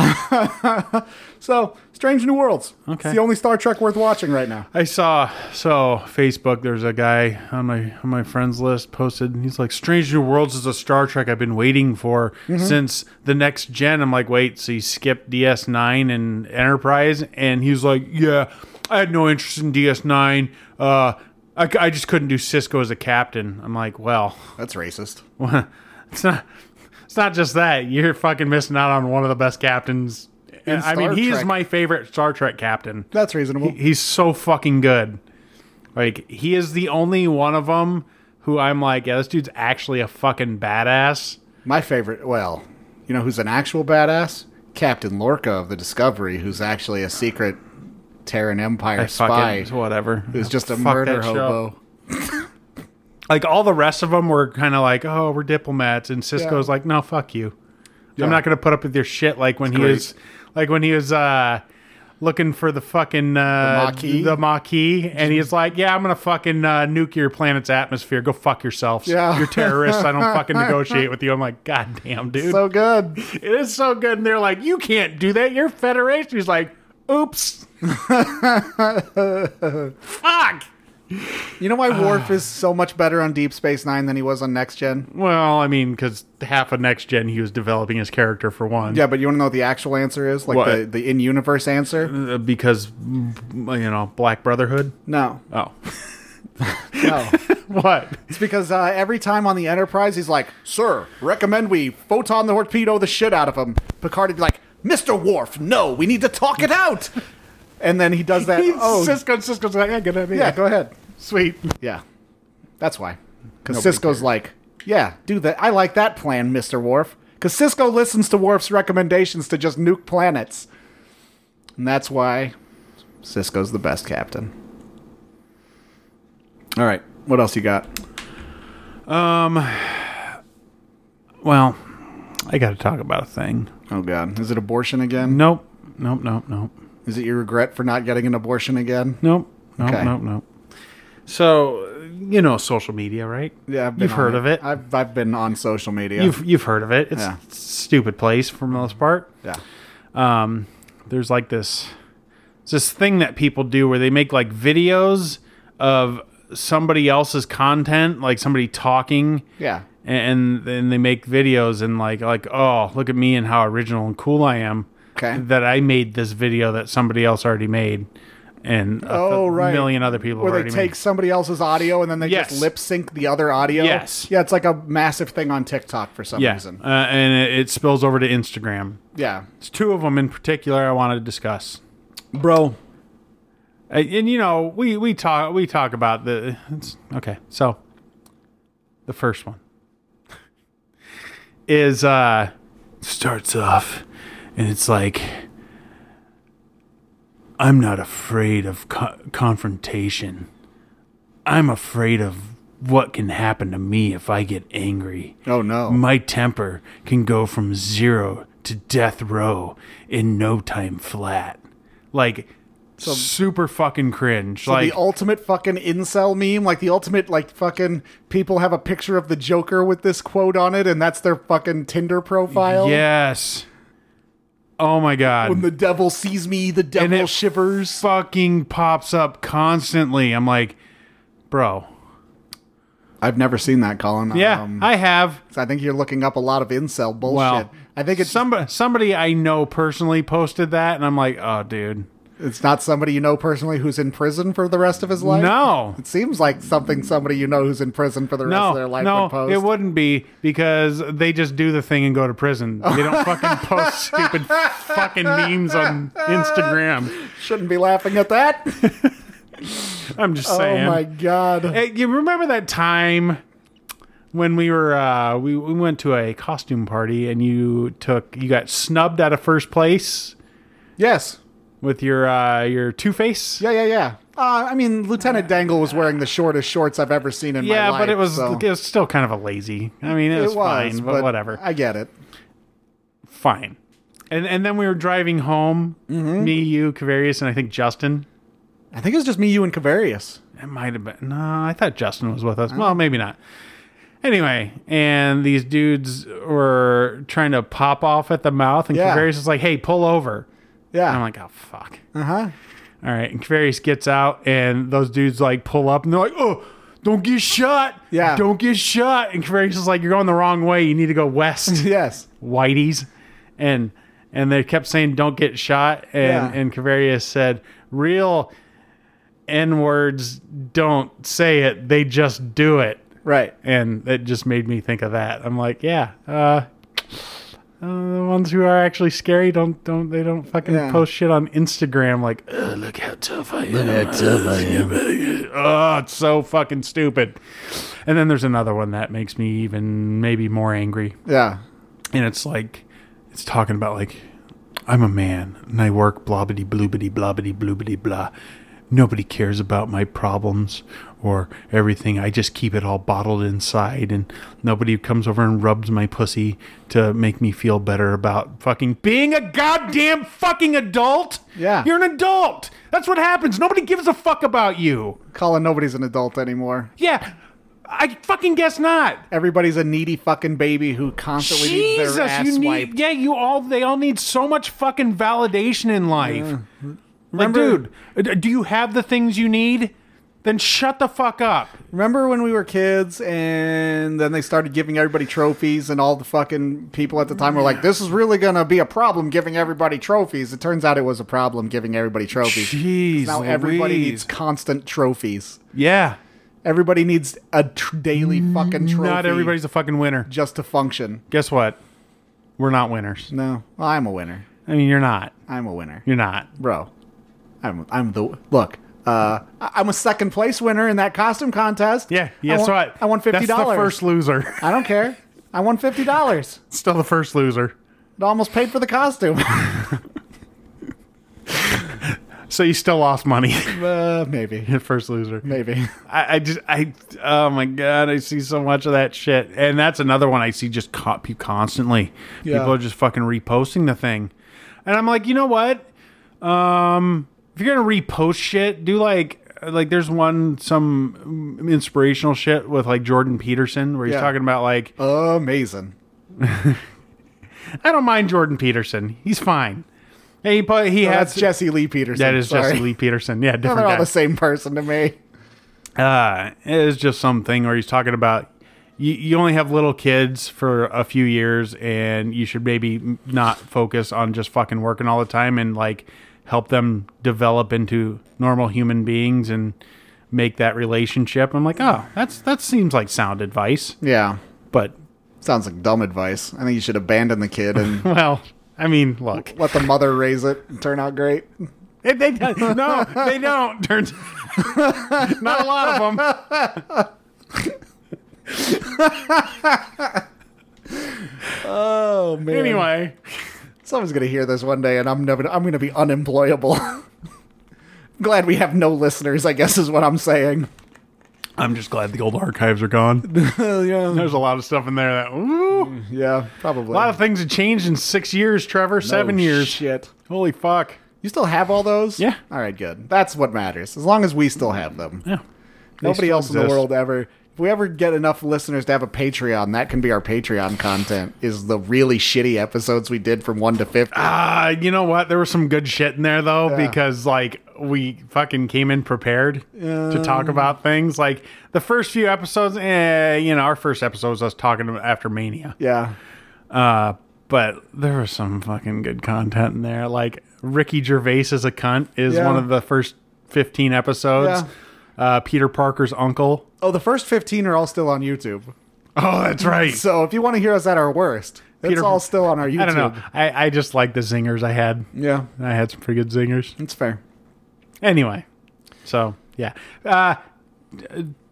A: So, Strange New Worlds.
B: Okay.
A: It's the only Star Trek worth watching right now.
B: I saw so Facebook. There's a guy on my on my friends list posted, and he's like, "Strange New Worlds is a Star Trek I've been waiting for
A: Mm-hmm.
B: since the next gen." I'm like, "Wait, so you skipped DS9 and Enterprise?" And he's like, "Yeah, I had no interest in DS9. Uh, I, c- I just couldn't do Cisco as a captain." I'm like, "Well,
A: That's racist.
B: it's not it's not just that. You're fucking missing out on one of the best captains."
A: In
B: I mean,
A: Star
B: he's
A: Trek.
B: my favorite Star Trek captain
A: That's reasonable.
B: he's so fucking good. Like he is the only one of them who I'm like, yeah, this dude's actually a fucking badass.
A: My favorite, well, you know who's an actual badass? Captain Lorca of the Discovery, who's actually a secret Terran Empire spy.
B: Fucking whatever.
A: Who's just a
B: Fuck
A: murder
B: that show.
A: hobo.
B: Like all the rest of them were kind of like, oh, we're diplomats, and Cisco's
A: Yeah.
B: like, no, fuck you.
A: Yeah.
B: I'm not gonna put up with your shit. Like when he
A: great.
B: was, like when he was uh, looking for the fucking uh,
A: Maquis?
B: the Maquis, and he's like, yeah, I'm gonna fucking uh, nuke your planet's atmosphere. Go fuck yourselves.
A: Yeah.
B: you're terrorists. I don't fucking negotiate with you. I'm like, god damn, dude.
A: So good.
B: It is so good. And they're like, you can't do that. You're Federation. He's like, oops. Fuck.
A: You know why
B: Ah.
A: Worf is so much better on Deep Space Nine than he was on Next Gen?
B: Well, I mean, because half of Next Gen, he was developing his character for one.
A: Yeah, but you want to know what the actual answer is? Like
B: What?
A: the, the in universe answer?
B: Uh, Because, mm, you know, Black Brotherhood.
A: No,
B: Oh.
A: no.
B: what?
A: it's because uh, every time on the Enterprise, he's like, "Sir, recommend we photon the torpedo the shit out of him." Picard would be like, "Mister Worf, no, we need to talk it out." And then he does that. oh,
B: Cisco, Cisco's like, I get it.
A: yeah, go ahead.
B: Sweet.
A: Yeah, that's why. Because Cisco's like, "Yeah, do that. I like that plan, Mister Worf." Because Cisco listens to Worf's recommendations to just nuke planets, and that's why Cisco's the best captain. All right, what else you got?
B: Um, Well, I got to talk about a thing.
A: Oh God, is it abortion again?
B: Nope. Nope, nope, nope.
A: Is it your regret for not getting an abortion again?
B: Nope. Nope.
A: Okay.
B: Nope. Nope. So you know social media, right?
A: Yeah, I've been
B: you've
A: on
B: heard of it.
A: I've I've been on social media.
B: You've you've heard of it. It's
A: Yeah. Mm-hmm.
B: a stupid place for most part.
A: yeah,
B: Um, there's like this it's this thing that people do where they make like videos of somebody else's content, like somebody talking.
A: yeah.
B: And then they make videos and like like oh look at me and how original and cool I am
A: Okay.
B: that I made this video that somebody else already made and a
A: Oh,
B: th-
A: right.
B: million other people have
A: Where they
B: already
A: take
B: made.
A: somebody else's audio and then they
B: Yes.
A: just lip sync the other audio.
B: Yes.
A: Yeah, it's like a massive thing on TikTok for some
B: yeah.
A: reason.
B: Uh, and it, it spills over to Instagram.
A: Yeah.
B: It's two of them in particular I want to discuss, bro. And, and, you know we we talk we talk about the it's, okay. So the first one is uh starts off and it's like I'm not afraid of co- confrontation. I'm afraid of what can happen to me if I get angry.
A: Oh no.
B: My temper can go from zero to death row in no time flat. Like, super fucking cringe. like,
A: the ultimate fucking incel meme, like the ultimate like fucking people have a picture of the Joker with this quote on it, and that's their fucking Tinder profile.
B: yes. Oh my god.
A: When the devil sees me, the devil
B: it-
A: shivers.
B: fucking pops up constantly. I'm like, bro.
A: I've never seen that, Colin.
B: Yeah,
A: Um,
B: I have.
A: I think you're looking up a lot of incel bullshit.
B: Well,
A: I think it's
B: somebody somebody I know personally posted that, and I'm like, oh, dude,
A: it's not somebody you know personally who's in prison for the rest of his life.
B: no,
A: It seems like something somebody you know who's in prison for the rest
B: no,
A: of their life
B: no,
A: would post.
B: it wouldn't be because they just do the thing and go to prison. They don't fucking post stupid fucking memes on Instagram.
A: Shouldn't be laughing at that.
B: I'm just
A: oh
B: saying.
A: my god.
B: Hey, you remember that time when we were uh, we, we went to a costume party and you took you got snubbed out of first place
A: yes.
B: with your uh, your Two Face?
A: Yeah, yeah, yeah. Uh, I mean, Lieutenant Dangle was wearing the shortest shorts I've ever seen in my
B: Yeah,
A: life.
B: but it was
A: so-
B: it was still kind of a lazy. I mean, it, was, fine, but, whatever,
A: I get it.
B: fine. And and then we were driving home,
A: Mm-hmm.
B: me, you, Kavarius, and I think Justin.
A: I think it was just me, you, and Cavarius.
B: It might have been. No, I thought Justin was with us. Well, maybe not. Anyway, and these dudes were trying to pop off at the mouth, and
A: Yeah.
B: Kavarius is like, "Hey, pull over." And I'm
A: Yeah.
B: like, "Oh fuck."
A: Uh huh.
B: All right, and Kavarius gets out, and those dudes like pull up, and they're like, "Oh, don't get shot."
A: Yeah.
B: Don't get shot. And Kavarius is like, "You're going the wrong way. You need to go west."
A: Yes.
B: whiteys and and they kept saying don't get shot and
A: Yeah.
B: and Cavarius said real n words don't say it they just do it
A: Right.
B: and it just made me think of that i'm like yeah uh uh, the ones who are actually scary don't don't they don't fucking
A: Yeah.
B: post shit on Instagram like "Ugh, look how tough I am. Look how tough I am. oh, it's so fucking stupid. And then there's another one that makes me even maybe more angry
A: Yeah.
B: and it's like it's talking about like I'm a man and I work blobbity bloobity blobbity bloobity blah. Nobody cares about my problems or everything. I just keep it all bottled inside and nobody comes over and rubs my pussy to make me feel better about fucking being a goddamn fucking adult.
A: Yeah.
B: You're an adult. That's what happens. Nobody gives a fuck about you.
A: Colin, nobody's an adult anymore.
B: Yeah. I fucking guess not.
A: Everybody's a needy fucking baby who constantly needs their ass
B: you need
A: wiped.
B: yeah, you all they all need so much fucking validation in life. Like,
A: Remember-
B: dude, uh, do you have the things you need? Then shut the fuck up.
A: Remember when we were kids and then they started giving everybody trophies and all the fucking people at the time were like, this is really going to be a problem giving everybody trophies. It turns out it was a problem giving everybody trophies.
B: Jeez,
A: now everybody
B: Louise.
A: needs constant trophies.
B: Yeah,
A: Everybody needs a tr- daily fucking trophy
B: not everybody's a fucking winner.
A: just to function.
B: Guess what? We're not winners.
A: No, well, I'm a winner.
B: I mean, you're not.
A: I'm a winner.
B: You're not.
A: Bro, I'm, I'm the. Look. Uh, I- I'm a second place winner in that costume contest.
B: Yeah.
A: I
B: Guess
A: won,
B: what?
A: I won fifty
B: That's the
A: dollars.
B: first loser.
A: I don't care. I won fifty dollars.
B: Still the first loser.
A: It almost paid for the costume.
B: So you still lost money.
A: uh, maybe,
B: first loser.
A: maybe.
B: I, I just I oh my god I see so much of that shit and that's another one I see just co- pe- constantly
A: Yeah.
B: people are just fucking reposting the thing and I'm like you know what um if you're gonna repost shit do like like there's one some mm, inspirational shit with like Jordan Peterson where he's
A: Yeah.
B: talking about like
A: Amazing.
B: I don't mind Jordan Peterson he's fine and he put he
A: That's
B: has
A: Jesse Lee Peterson.
B: that is
A: Sorry.
B: Jesse Lee Peterson yeah different
A: They're all
B: guy.
A: the same person to me.
B: Uh, it's just something where he's talking about you, you only have little kids for a few years and you should maybe not focus on just fucking working all the time and like help them develop into normal human beings and make that relationship. I'm like, oh, that's that seems like sound advice,
A: Yeah.
B: but
A: Sounds like dumb advice. I think you should abandon the kid and
B: well, I mean, look,
A: let the mother raise it and turn out great.
B: If they don't- no, they don't. Turns not a lot of them.
A: Oh man.
B: Anyway,
A: Someone's gonna hear this one day and I'm never I'm gonna be unemployable. Glad we have no listeners, I guess is what I'm saying.
B: I'm just glad the old archives are gone.
A: yeah,
B: There's a lot of stuff in there that ooh,
A: yeah, probably.
B: a lot of things have changed in six years, Trevor. Seven
A: Oh,
B: years.
A: Shit.
B: Holy fuck.
A: You still have all those?
B: Yeah.
A: All right, good. That's what matters. As long as we still have them.
B: Yeah. They
A: Nobody
B: still
A: else in the
B: exist.
A: world ever. If we ever get enough listeners to have a Patreon, that can be our Patreon content. Is the really shitty episodes we did from one to fifty?
B: Uh, you know what? There was some good shit in there though,
A: Yeah.
B: because like we fucking came in prepared to talk about things. Like the first few episodes, eh, you know, our first episode was us talking after Mania.
A: yeah.
B: Uh, but there was some fucking good content in there. Like Ricky Gervais is a cunt is
A: Yeah.
B: one of the first fifteen episodes. Uh, Peter Parker's uncle.
A: Oh, the first fifteen are all still on YouTube.
B: Oh, that's right.
A: So if you want to hear us at our worst, it's
B: Peter-
A: all still on our YouTube.
B: I don't know. I, I just like the zingers I had.
A: Yeah,
B: I had some pretty good zingers.
A: it's fair.
B: Anyway, so yeah, uh,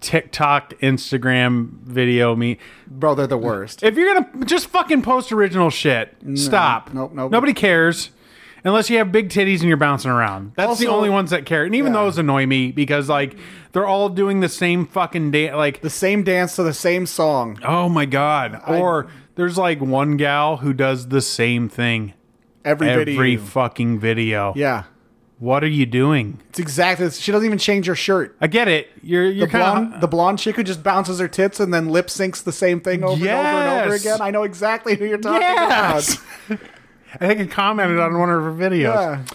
B: TikTok, Instagram video me.
A: Bro, they're the worst.
B: If you're gonna just fucking post original shit, stop.
A: nope, nope.
B: Nobody cares. Unless you have big titties and you're bouncing around, that's
A: Also-
B: the only ones that care. And even
A: Yeah.
B: those annoy me because like they're all doing the same fucking day. Like,
A: the same dance to the same song.
B: oh my god. Or there's like one gal who does the same thing
A: Every,
B: every
A: video.
B: fucking video.
A: yeah.
B: What are you doing?
A: It's exactly. She doesn't even change her shirt.
B: I get it. You're you're
A: The blonde,
B: kind
A: the blonde chick who just bounces her tits and then lip syncs the same thing over and over and over
B: Yes.
A: again. I know exactly who you're talking
B: Yes. I think I commented on one of her videos.
A: about.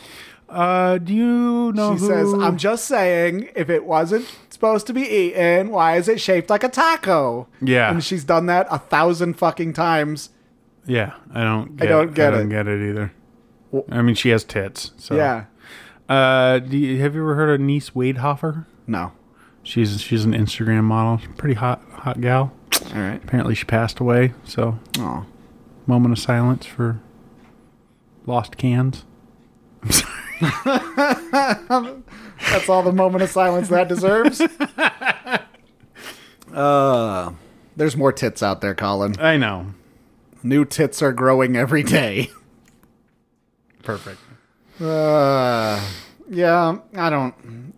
B: Uh, do you know
A: Yeah. She
B: who?
A: says, "I'm just saying, if it wasn't supposed to be eaten, why is it shaped like a taco?"
B: Yeah.
A: and she's done that a thousand fucking times.
B: yeah, I don't. Get
A: don't get
B: I don't
A: it.
B: get it either.
A: Well-
B: I mean, she has tits. So.
A: Yeah,
B: Uh, do you, have you ever heard of Niece Wadehofer?
A: no.
B: She's she's an Instagram model. She's a pretty hot hot gal.
A: All right.
B: Apparently, she passed away. So,
A: Oh,
B: moment of silence for lost cans. I'm sorry.
A: that's all the moment of silence that deserves. uh, there's more tits out there, Colin.
B: I know.
A: New tits are growing every day.
B: Perfect.
A: Uh, yeah, I don't.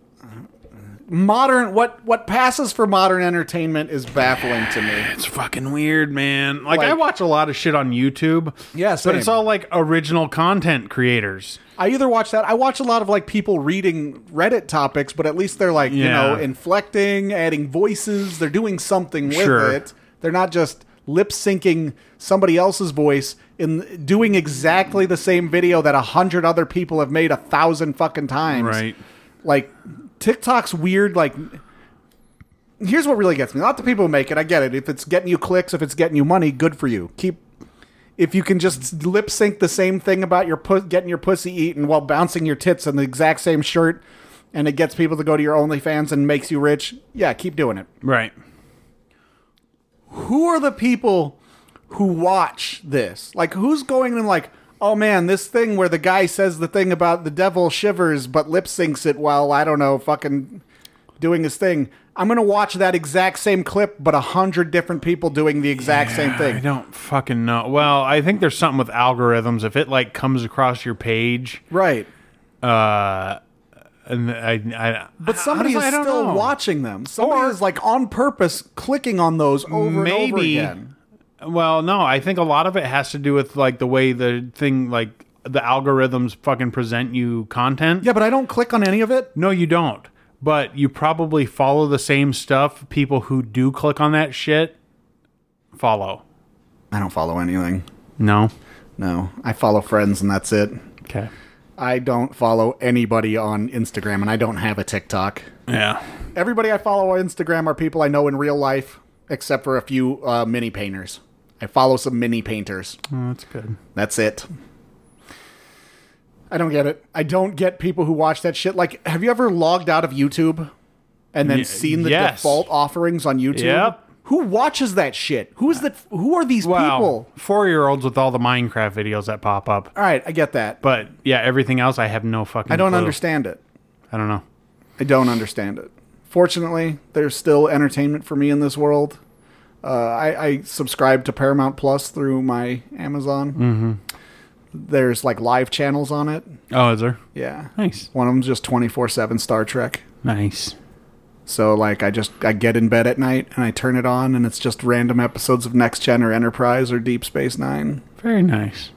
A: Modern what what passes for modern entertainment is baffling to me.
B: It's fucking weird, man. Like, I
A: Like-
B: watch a lot of shit on YouTube.
A: Yeah,
B: But it's
A: same.
B: all like original content creators.
A: I either watch that. I watch a lot of like people reading Reddit topics, but at least they're like you
B: Yeah.
A: know inflecting, adding voices. They're doing something with
B: Sure.
A: it. They're not just lip syncing somebody else's voice in doing exactly the same video that a hundred other people have made a thousand fucking times. like TikTok's weird. Like, here's what really gets me: not the people who make it. I get it. If it's getting you clicks, if it's getting you money, good for you. Keep. If you can just lip sync the same thing about your pu- getting your pussy eaten while bouncing your tits in the exact same shirt, and it gets people to go to your OnlyFans and makes you rich, yeah, keep doing it.
B: Right.
A: Who are the people who watch this? Like, who's going and like, oh man, this thing where the guy says the thing about the devil shivers but lip syncs it while, I don't know, fucking doing his thing. I'm going to watch that exact same clip, but a hundred different people doing the exact same
B: I
A: thing.
B: don't fucking know. Well, I think there's something with algorithms. If it like comes across your page,
A: Right.
B: uh, and I, I
A: But somebody
B: honestly, I
A: is
B: don't
A: still
B: know.
A: watching them. Somebody is like on purpose clicking on those over and over
B: Maybe.
A: again.
B: Well, no, I think a lot of it has to do with like the way the thing like the algorithms fucking present you content.
A: Yeah, but I don't click on any of it.
B: No, you don't. But you probably follow the same stuff people who do click on that shit follow.
A: I don't follow anything.
B: No.
A: No, I follow friends and that's it.
B: Okay.
A: I don't follow anybody on Instagram and I don't have a TikTok.
B: Yeah.
A: Everybody I follow on Instagram are people I know in real life, except for a few uh, mini painters. I follow some mini painters.
B: Well, Oh, that's good.
A: That's it. I don't get it. I don't get people who watch that shit. Like, have you ever logged out of YouTube and then
B: Ye-
A: seen the
B: yes.
A: default offerings on YouTube?
B: Yep.
A: Who watches that shit? Who is that? Who are these
B: Wow.
A: people?
B: Four year olds with all the Minecraft videos that pop up.
A: All right, I get that.
B: But yeah, everything else I have no fucking
A: I don't
B: clue.
A: understand it.
B: I don't know.
A: I don't understand it. Fortunately, there's still entertainment for me in this world. Uh, I, I subscribe to Paramount Plus through my Amazon. Mm-hmm. There's like live channels on it.
B: Oh, is there?
A: Yeah.
B: Nice.
A: One of them's just 24 7 Star Trek.
B: Nice.
A: So like I just I get in bed at night and I turn it on and it's just random episodes of Next Gen or Enterprise or Deep Space 9.
B: Very nice.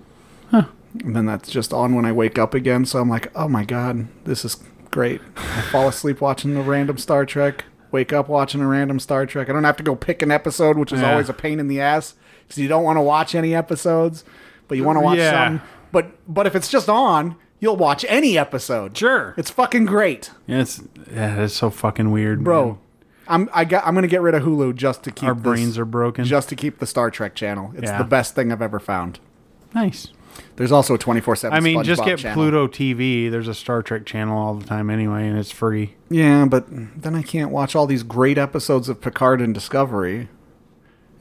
A: And then that's just on when I wake up again. So I'm like, "Oh my god, this is great." I fall asleep watching a random Star Trek, wake up watching a random Star Trek. I don't have to go pick an episode, which is
B: Yeah.
A: always a pain in the ass cuz you don't want to watch any episodes, but you want to watch
B: Yeah.
A: some. But but if it's just on, you'll watch any episode.
B: Sure.
A: It's fucking great.
B: Yeah, it's yeah, that's so fucking weird, man.
A: Bro, I'm I got I'm gonna get rid of Hulu just to keep
B: Our
A: this-
B: brains are broken.
A: just to keep the Star Trek channel. It's
B: Yeah.
A: the best thing I've ever found.
B: nice.
A: There's also a 24 seven.
B: I mean, just get
A: channel.
B: Pluto TV. There's a Star Trek channel all the time anyway, and it's free.
A: Yeah, but then I can't watch all these great episodes of Picard and Discovery.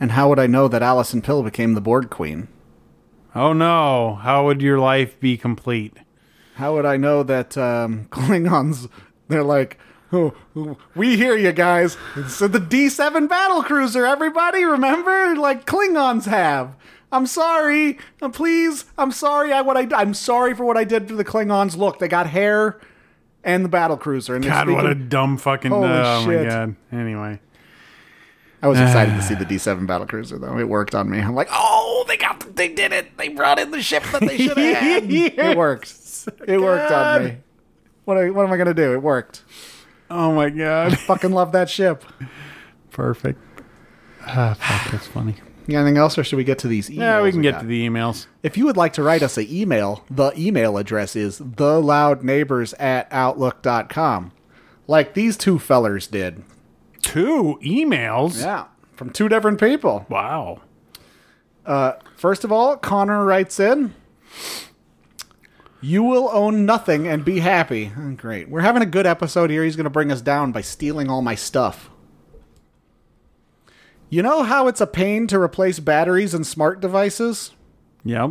A: And how would I know that Alison Pill became the Borg Queen?
B: Oh no! How would your life be complete?
A: How would I know that um, Klingons? They're like, oh, oh, we hear you guys. So the D seven battle cruiser, everybody, remember, like Klingons have. I'm sorry. Uh, Please, I'm sorry. I what I I'm sorry for what I did to the Klingons. Look, they got hair and the battle cruiser. And they're
B: God, what a
A: speaking-
B: dumb fucking.
A: Holy
B: oh my
A: shit.
B: god. Anyway,
A: I was excited to see the D seven battle cruiser though. It worked on me. I'm like, oh, they got, the, they did it. They brought in the ship that they should have had. It worked. It worked on me. What, I, what am I gonna do? It worked.
B: oh my god.
A: Fucking love that ship.
B: Perfect. Ah, fuck, that's funny.
A: You got anything else, or should we get to these emails?
B: Yeah, we can get
A: got?
B: to the emails.
A: If you would like to write us an email, the email address is theloudneighbors at outlook.com, like these two fellers did.
B: Two emails.
A: Yeah, from two different people.
B: Wow.
A: First of all, Connor writes in. You will own nothing and be happy. Oh, great. We're having a good episode here. He's going to bring us down by stealing all my stuff. You know how it's a pain to replace batteries in smart devices?
B: Yep.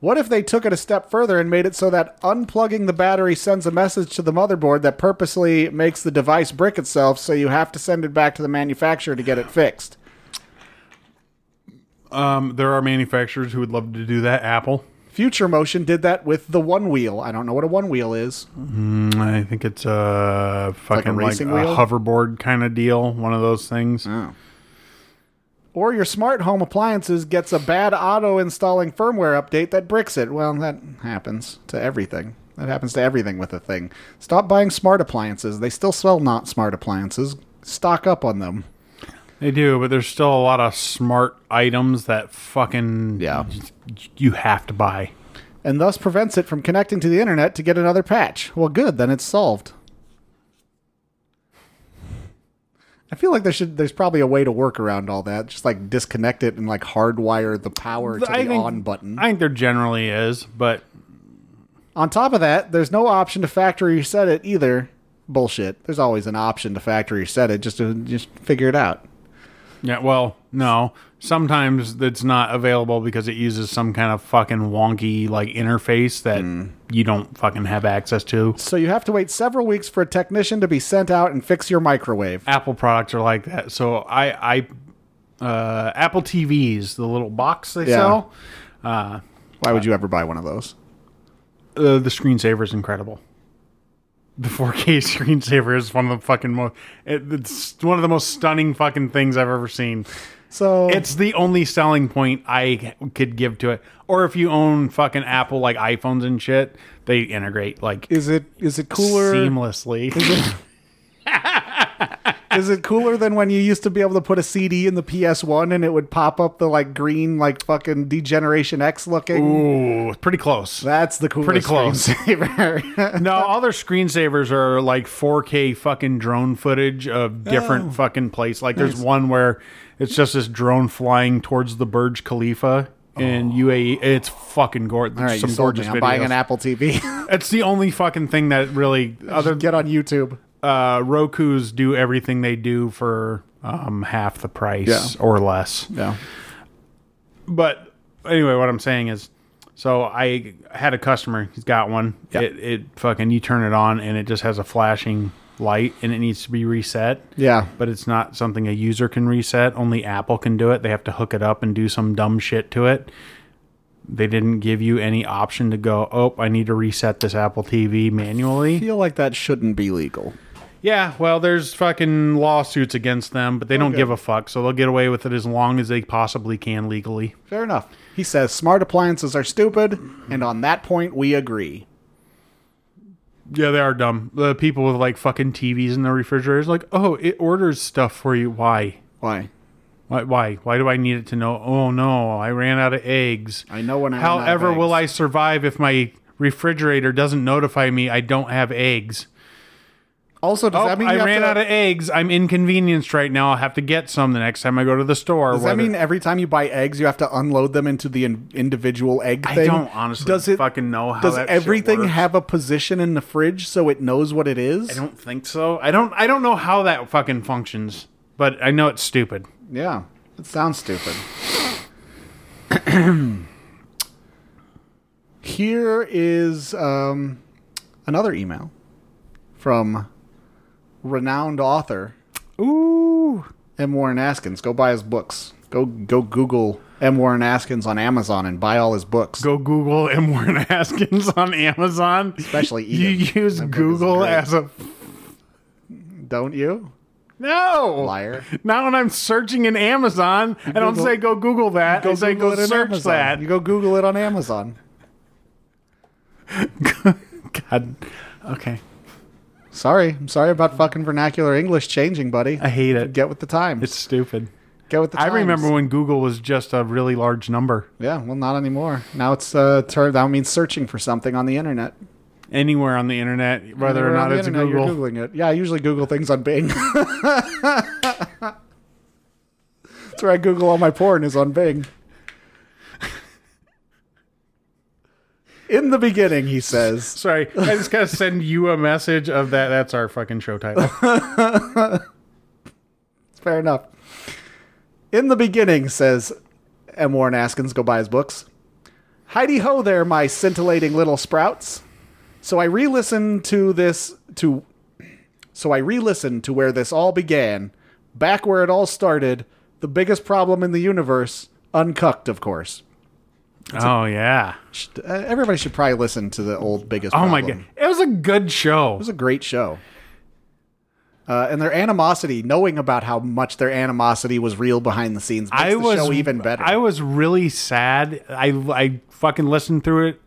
A: What if they took it a step further and made it so that unplugging the battery sends a message to the motherboard that purposely makes the device brick itself so you have to send it back to the manufacturer to get it fixed?
B: Um, there are manufacturers who would love to do that. Apple.
A: Future Motion did that with the one wheel. I don't know what a one wheel is.
B: Mm, I think it's a fucking like a,
A: racing wheel?
B: hoverboard kind of deal. One of those things.
A: Or your smart home appliances gets a bad auto installing firmware update that bricks it. Well, that happens to everything. That happens to everything with a thing. Stop buying smart appliances. They still sell not smart appliances. Stock up on them.
B: They do, but there's still a lot of smart items that fucking
A: Yeah.
B: you have to buy.
A: and thus prevents it from connecting to the internet to get another patch. Well, good, then it's solved. I feel like there should there's probably a way to work around all that. Just like disconnect it and like hardwire the power to the on button.
B: I think there generally is, but
A: on top of that, there's no option to factory reset it either. Bullshit. There's always an option to factory reset it just to just figure it out.
B: yeah, well, no. Sometimes it's not available because it uses some kind of fucking wonky like interface that
A: Hmm.
B: you don't fucking have access to.
A: So you have to wait several weeks for a technician to be sent out and fix your microwave.
B: Apple products are like that. So I, I, uh, Apple TVs, the little box they
A: Yeah.
B: sell,
A: Why would you ever buy one of those?
B: uh, the screensaver is incredible. The 4K screensaver is one of the fucking most. It, it's one of the most stunning fucking things I've ever seen.
A: So
B: It's the only selling point I could give to it. Or if you own fucking Apple like iPhones and shit, they integrate like
A: is it is it cooler
B: seamlessly.
A: Is it cooler than when you used to be able to put a CD in the PS1 and it would pop up the like green like fucking Degeneration X looking?
B: Ooh, pretty close.
A: That's the coolest.
B: Pretty close.
A: screensaver.
B: No, all their screensavers are like 4K fucking drone footage of
A: Oh.
B: different fucking place. Like there's one where it's just this drone flying towards the Burj Khalifa in UAE. It's fucking gorgeous.
A: Oh. All right,
B: Some
A: you sold
B: gorgeous
A: me. I'm buying
B: videos.
A: an Apple TV.
B: It's the only fucking thing that really other
A: Get on YouTube.
B: uh, Roku's do everything they do for um, half the price
A: Yeah.
B: or less.
A: No.
B: But anyway, what I'm saying is, so I had a customer. He's got one.
A: Yeah.
B: It, it fucking you turn it on and it just has a flashing light and it needs to be reset.
A: Yeah.
B: But it's not something a user can reset. Only Apple can do it. They have to hook it up and do some dumb shit to it. They didn't give you any option to go, oh, I need to reset this Apple TV manually.
A: I feel like that shouldn't be legal.
B: Yeah, well, there's fucking lawsuits against them, but they don't
A: Okay.
B: give a fuck, so they'll get away with it as long as they possibly can legally.
A: Fair enough. He says smart appliances are stupid, and on that point we agree.
B: Yeah, they are dumb. The people with like fucking TVs in their refrigerators, like, oh, it orders stuff for you. Why?
A: Why?
B: Why? Why? Why do I need it to know? Oh no, I ran out of eggs.
A: I know when I ran out of
B: However, will I
A: eggs.
B: survive if my refrigerator doesn't notify me I don't have eggs?
A: Also, does
B: Oh,
A: that mean
B: I
A: you have
B: ran
A: to-
B: out of eggs. I'm inconvenienced right now. I'll have to get some the next time I go to the store.
A: Does that mean every time you buy eggs, you have to unload them into the in- individual egg
B: I
A: thing?
B: don't honestly fucking know how
A: Does
B: that shit
A: everything
B: works.
A: have a position in the fridge so it knows what it is?
B: I don't think so. I don't. I don't know how that fucking functions, but I know it's stupid.
A: Yeah, it sounds stupid. Here is um, another email from renowned author
B: Ooh.
A: M. Warren Askins. Go buy his books. Go go Google M. Warren Askins on Amazon and buy all his books.
B: Go Google M. Warren Askins on Amazon.
A: Especially eat
B: you
A: it.
B: use
A: That book is
B: Google
A: great.
B: as a
A: Don't you?
B: no
A: Liar.
B: Not when I'm searching in Amazon. I don't
A: Google-
B: say go Google that. I say
A: Google it
B: go
A: on
B: search
A: Amazon. You go Google it on Amazon.
B: that. God. Okay.
A: Sorry, I'm sorry about fucking vernacular English changing, buddy.
B: I hate it.
A: Get with the times.
B: It's stupid.
A: Get with the
B: I
A: times.
B: remember when Google was just a really large number.
A: Yeah, well, not anymore. Now it's uh, ter- that means searching for something on the internet.
B: Anywhere on the internet, whether
A: Anywhere
B: or
A: on
B: not
A: the
B: it's
A: internet,
B: Google.
A: You're googling it. Yeah, I usually Google things on Bing. That's where I Google all my porn is on Bing. In the beginning, he says,
B: Sorry, I just gotta send you a message of that. That's our fucking show title.
A: fair enough. In the beginning, says M. Warren Askins, go buy his books. Heidi ho there, my scintillating little sprouts. So I re listened to this to so I re listened to where this all began, back where it all started, the biggest problem in the universe, uncucked, of course.
B: oh yeah.
A: Sh- uh, Everybody should probably listen to the old biggest
B: Oh
A: problem.
B: my
A: It
B: god, it was a good show.
A: was a great show. Uh, and their animosity, knowing about how much their animosity was real behind the scenes, makes
B: I
A: the
B: was
A: show even better.
B: I was really sad. I I fucking listened through it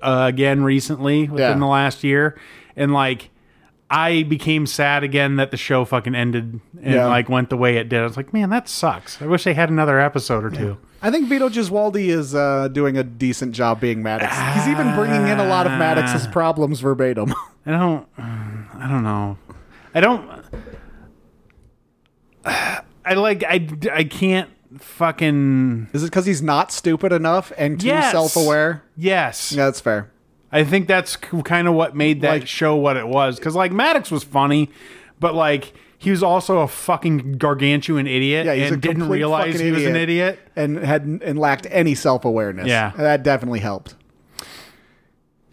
B: uh, again recently within
A: Yeah.
B: the last year, and like I became sad again that the show fucking ended and
A: Yeah.
B: like went the way it did. I was like, man, that sucks. I wish they had another episode or two.
A: I think Vito Giswaldi is uh, doing a decent job being Maddox. He's even bringing in a lot of Maddox's problems verbatim.
B: I don't. I don't know. I don't. I like. I. I can't fucking.
A: is it because he's not stupid enough and too
B: Yes.
A: self-aware?
B: Yes.
A: Yeah, that's fair.
B: I think that's kind of what made that
A: Like-
B: show what it was. Because like Maddox was funny, but like he was also a fucking gargantuan idiot.
A: Yeah, he's
B: and
A: a
B: didn't
A: complete
B: realize
A: fucking
B: he was an
A: idiot.
B: idiot.
A: and had and lacked any self-awareness.
B: Yeah.
A: That definitely helped.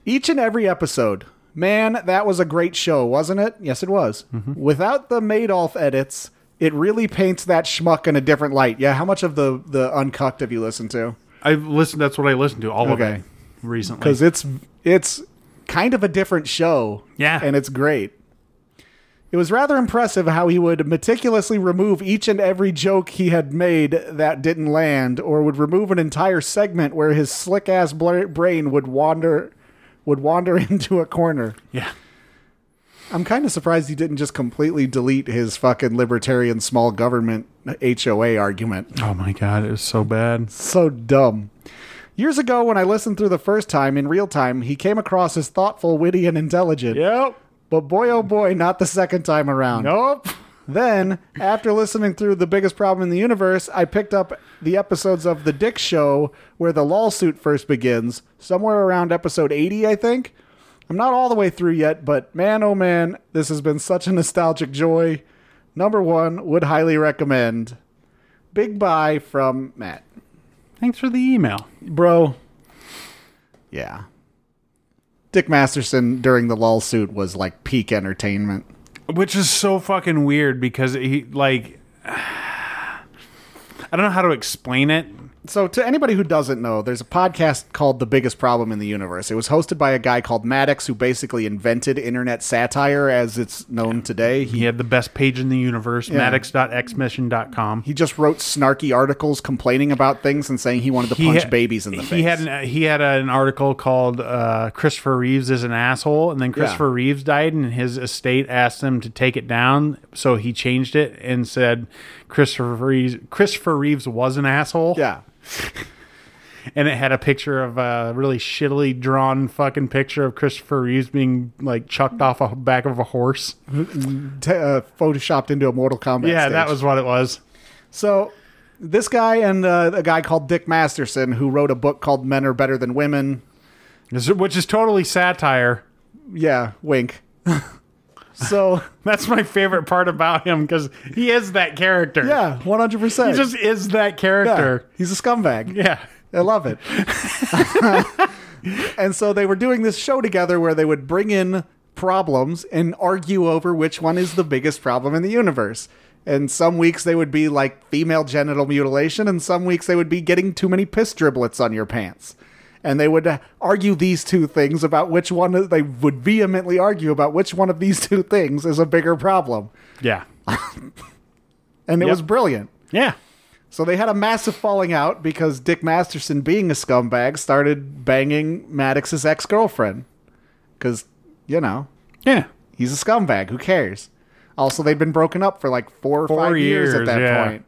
A: Each and every episode. Man, that was a great show, wasn't it? Yes, it was. Without the Madoff edits, it really paints that schmuck in a different light. Yeah, how much of the the uncucked have you listened to?
B: I've listened. That's what I listened to all
A: Okay.
B: of it recently.
A: because it's it's kind of a different show.
B: Yeah.
A: and it's great. It was rather impressive how he would meticulously remove each and every joke he had made that didn't land, or would remove an entire segment where his slick ass blur- brain would wander would wander into a corner.
B: yeah.
A: I'm kind of surprised he didn't just completely delete his fucking libertarian small government HOA argument
B: Oh my god, it was so bad.
A: so dumb. Years ago, when I listened through the first time in real time, he came across as thoughtful, witty, and intelligent.
B: Yep.
A: But boy, oh boy, not the second time around.
B: Nope.
A: Then, after listening through The Biggest Problem in the Universe, I picked up the episodes of The Dick Show where the lawsuit first begins, somewhere around episode 80, I think. I'm not all the way through yet, but man, oh man, this has been such a nostalgic joy. Number one, would highly recommend. Big bye from Matt
B: Thanks for the email.
A: bro. Yeah. Dick Masterson during the lull suit was like peak entertainment.
B: which is so fucking weird because he like I don't know how to explain it.
A: so to anybody who doesn't know, there's a podcast called The Biggest Problem in the Universe. It was hosted by a guy called Maddox who basically invented internet satire as it's known today. He
B: He had the best page in the universe, maddox.xmission.com.
A: he just wrote snarky articles complaining about things and saying he wanted to punch
B: ha-
A: babies in the
B: he
A: face.
B: Had an, he had an article called uh, Christopher Reeves is an asshole, and then Christopher Reeves died, and his estate asked him to take it down, so he changed it and said Christopher Reeves, Christopher Reeves was an asshole.
A: yeah.
B: and it had a picture of a really shittily drawn fucking picture of Christopher Reeves being like chucked off a back of a horse.
A: T- uh, photoshopped into a Mortal Kombat.
B: yeah,
A: stage.
B: that was what it was.
A: So this guy and uh, a guy called Dick Masterson, who wrote a book called "Men Are Better Than Women."
B: This- Which is totally satire.
A: Yeah, wink. so
B: That's my favorite part about him because he is that character.
A: yeah, one hundred
B: He
A: percent.
B: just is that character.
A: he's a scumbag.
B: Yeah.
A: I love it. and so they were doing this show together where they would bring in problems and argue over which one is the biggest problem in the universe. And some weeks they would be like female genital mutilation, and some weeks they would be getting too many piss driblets on your pants. And they would uh, argue these two things about which one uh, they would vehemently argue about which one of these two things is a bigger problem.
B: Yeah.
A: And it
B: Yep.
A: was brilliant.
B: Yeah.
A: So they had a massive falling out because Dick Masterson, being a scumbag, started banging Maddox's ex girlfriend. Because, you know,
B: Yeah.
A: he's a scumbag. Who cares? Also, they'd been broken up for like four or
B: Four
A: five years, at
B: years,
A: that
B: yeah.
A: point.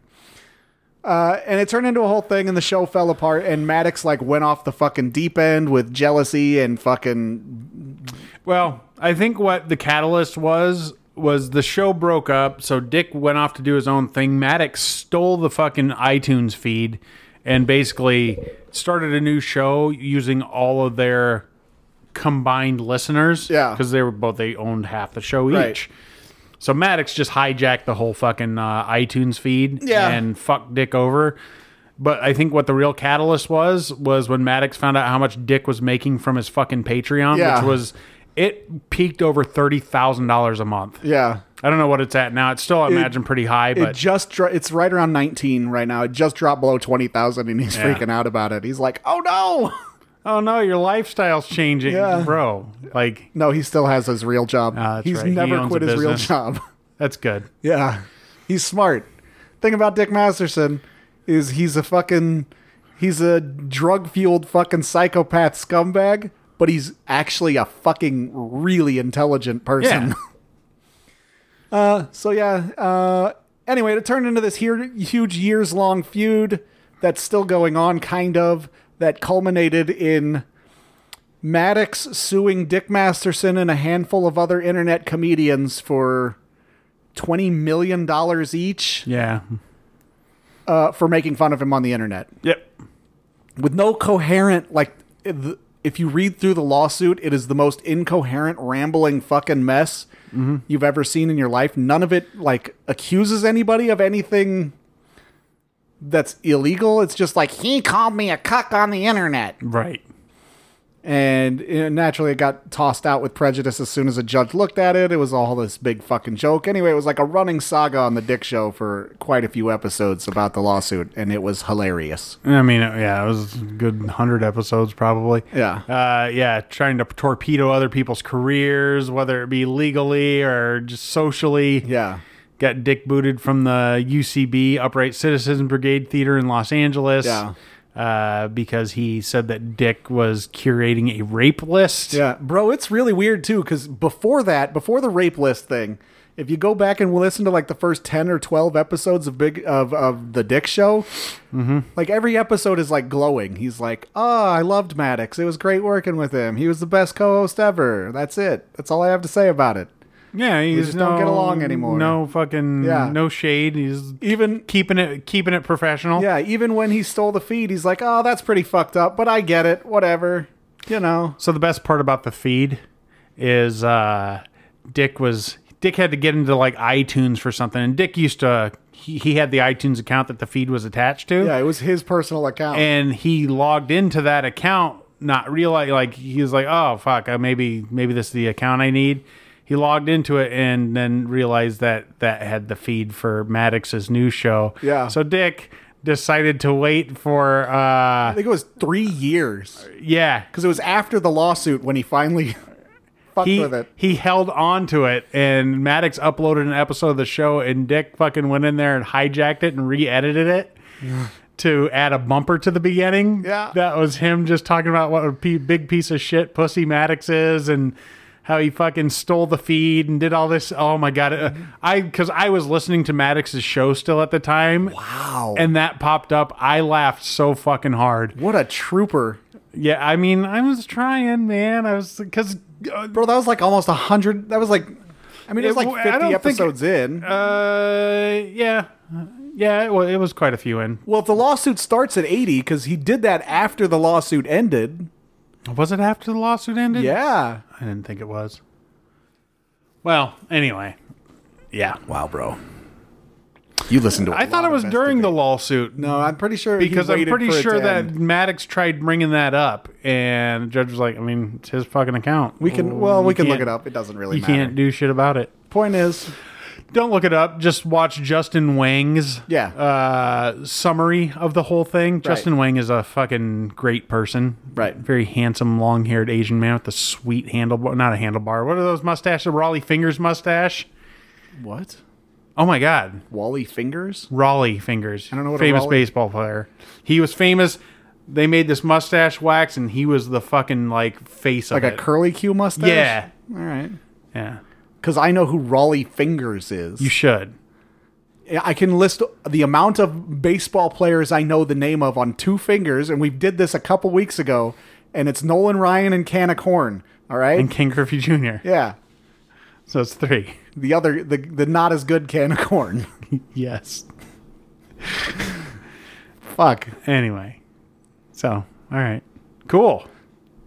A: Uh, and it turned into a whole thing, and the show fell apart. And Maddox like went off the fucking deep end with jealousy and fucking
B: Well, I think what the catalyst was was the show broke up, so Dick went off to do his own thing. Maddox stole the fucking iTunes feed and basically started a new show using all of their combined listeners.
A: Yeah.
B: Because they were both they owned half the show
A: Right.
B: each. So Maddox just hijacked the whole fucking uh, iTunes feed
A: Yeah.
B: and fucked Dick over. But I think what the real catalyst was was when Maddox found out how much Dick was making from his fucking Patreon,
A: Yeah.
B: which was it peaked over thirty thousand dollars a month.
A: yeah.
B: I don't know what it's at now. It's still, I imagine, pretty high,
A: It
B: but
A: just dro- it's right around nineteen right now. It just dropped below twenty thousand, and he's
B: Yeah.
A: freaking out about it. He's like, "Oh no!"
B: oh no, your lifestyle's changing,
A: Yeah.
B: bro. Like
A: No, he still has his real job.
B: Ah, that's
A: He's
B: right. He
A: never
B: owns
A: quit
B: a
A: his real
B: business.
A: job.
B: that's good.
A: yeah. He's smart. Thing about Dick Masterson is he's a fucking he's a drug-fueled fucking psychopath scumbag, but he's actually a fucking really intelligent person.
B: Yeah.
A: So yeah, uh anyway, it turned into this here, huge years-long feud that's still going on kind of that culminated in Maddox suing Dick Masterson and a handful of other internet comedians for 20 million dollars each
B: Yeah.
A: uh, for making fun of him on the internet
B: Yep.
A: with no coherent like th- if you read through the lawsuit it is the most incoherent rambling fucking mess you've ever seen in your life none of it like accuses anybody of anything that's illegal it's just like he called me a cuck on the internet
B: Right.
A: and uh, naturally it got tossed out with prejudice as soon as a judge looked at it it was all this big fucking joke anyway it was like a running saga on the dick show for quite a few episodes about the lawsuit and it was hilarious
B: I mean, uh, yeah, it was a good hundred episodes probably.
A: Yeah.
B: uh, yeah, trying to torpedo other people's careers, whether it be legally or just socially.
A: yeah
B: got dick booted from the UCB Upright Citizens Brigade Theater in Los Angeles.
A: Yeah.
B: Uh, because he said that Dick was curating a rape list.
A: Yeah, bro, it's really weird too because before that, before the rape list thing, if you go back and listen to like the first ten or twelve episodes of Big of of the Dick Show, like every episode is like glowing. He's like, "Oh, I loved Maddox. It was great working with him. He was the best co-host ever. That's it. That's all I have to say about it."
B: yeah. He
A: just don't get along anymore.
B: No fucking.
A: Yeah.
B: No shade. He's
A: Even
B: keeping it keeping it professional.
A: yeah, even when he stole the feed, he's like, "Oh, that's pretty fucked up, but I get it. Whatever." You know,
B: So the best part about the feed is uh, Dick was Dick had to get into like iTunes for something, and Dick used to he, he had the iTunes account that the feed was attached to.
A: yeah, it was his personal account.
B: and he logged into that account not realizing like he was like oh fuck uh, maybe maybe this is the account i need he logged into it and then realized that that had the feed for maddox's new show
A: Yeah.
B: so dick decided to wait for
A: I
B: uh
A: think it was three years
B: yeah
A: because it was after the lawsuit when he finally fucked
B: he,
A: with it.
B: he held on to it and maddox uploaded an episode of the show and dick fucking went in there and hijacked it and re-edited it to add a bumper to the beginning
A: Yeah.
B: that was him just talking about what a p- big piece of shit pussy maddox is and how he fucking stole the feed and did all this oh my god Uh, i because i was listening to maddox's show still at the time
A: Wow,
B: and that popped up i laughed so fucking hard
A: what a trooper,
B: yeah i mean i was trying man i was uh, because
A: bro! That was like almost a hundred. That was like, I mean, it, was
B: It
A: like
B: w- I
A: fifty
B: don't think it-
A: episodes in.
B: Uh, yeah, yeah. It was, it was quite a few in.
A: well, if the lawsuit starts at eighty, because he did that after the lawsuit ended.
B: Was it after the lawsuit ended?
A: Yeah.
B: I didn't think it was. Well, anyway, yeah.
A: Wow, bro. You listened to. I
B: I thought it was during the lawsuit
A: No, I'm pretty sure he
B: because I'm
A: waited
B: pretty
A: for it
B: sure
A: to
B: that
A: end.
B: Maddox tried bringing that up, and the judge was like, "I mean, it's his fucking account.
A: we can. Well,
B: Oh, you
A: we can look it
B: can't-
A: up. It doesn't really
B: You
A: matter.
B: can't do shit about it."
A: Point is,
B: Don't look it up. Just watch Justin Wang's
A: Yeah.
B: uh, summary of the whole thing. Justin Wang is a fucking great person.
A: Right.
B: Very handsome, long haired Asian man with a sweet handlebar. Not a handlebar. What are those mustaches? The Raleigh Fingers mustache?
A: what?
B: Oh my God.
A: Wally fingers.
B: Raleigh Fingers. I
A: don't know what a
B: Famous
A: Raleigh-
B: baseball player. He was famous. They made this mustache wax and he was the fucking like face
A: Like
B: of
A: a
B: it.
A: curly Q mustache?
B: Yeah.
A: All right.
B: Yeah.
A: Because I know who Raleigh Fingers is.
B: You should.
A: I can list the amount of baseball players I know the name of on two fingers, and we did this a couple weeks ago, and it's Nolan Ryan and Canic Horn. All right.
B: And King Griffey Jr.
A: yeah.
B: So it's three.
A: The other, the, the not as good Canic Horn.
B: Yes.
A: Fuck.
B: Anyway. So, all right. Cool.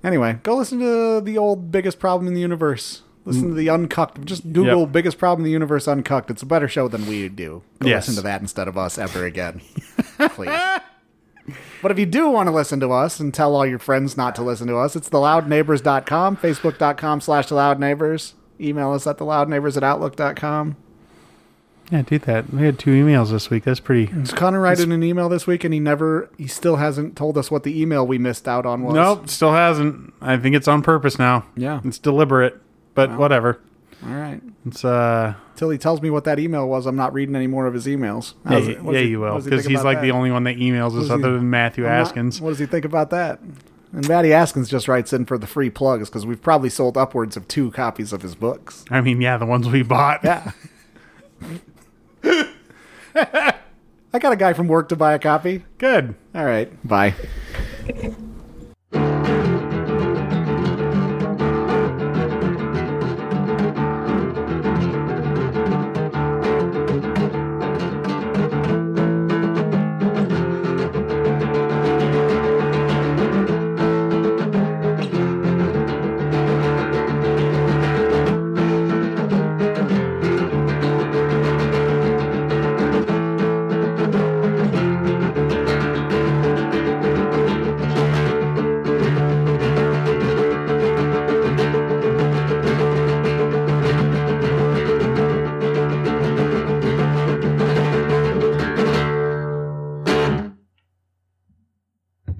A: Anyway, go listen to the old Biggest Problem in the Universe. Listen to the Uncucked. Just Google
B: Yep.
A: Biggest Problem in the Universe Uncucked. It's a better show than we do. Go
B: Yes.
A: listen to that instead of us ever again. Please. But if you do want to listen to us and tell all your friends not to listen to us, it's theloudneighbors.com, facebook.com slash theloudneighbors. Email us at theloudneighbors at outlook.com.
B: Yeah, do that. We had two emails this week. That's pretty.
A: Connor writing an email this week, and he never, he still hasn't told us what the email we missed out on was.
B: Nope, still hasn't. I think it's on purpose now.
A: Yeah.
B: It's deliberate, but whatever.
A: All right.
B: It's uh
A: till he tells me what that email was, I'm not reading any more of his emails.
B: yeah,
A: How's it- what
B: yeah,
A: does he-
B: you
A: what
B: will
A: does he
B: because
A: think
B: he's
A: about
B: like the
A: that?
B: only one that emails us
A: does he-
B: other than Matthew
A: I'm not-
B: Askins.
A: What does he think about that? And Matty Askins just writes in for the free plugs because we've probably sold upwards of two copies of his books.
B: I mean, yeah, the ones we bought.
A: Yeah. I got a guy from work to buy a copy.
B: Good.
A: All right. Bye.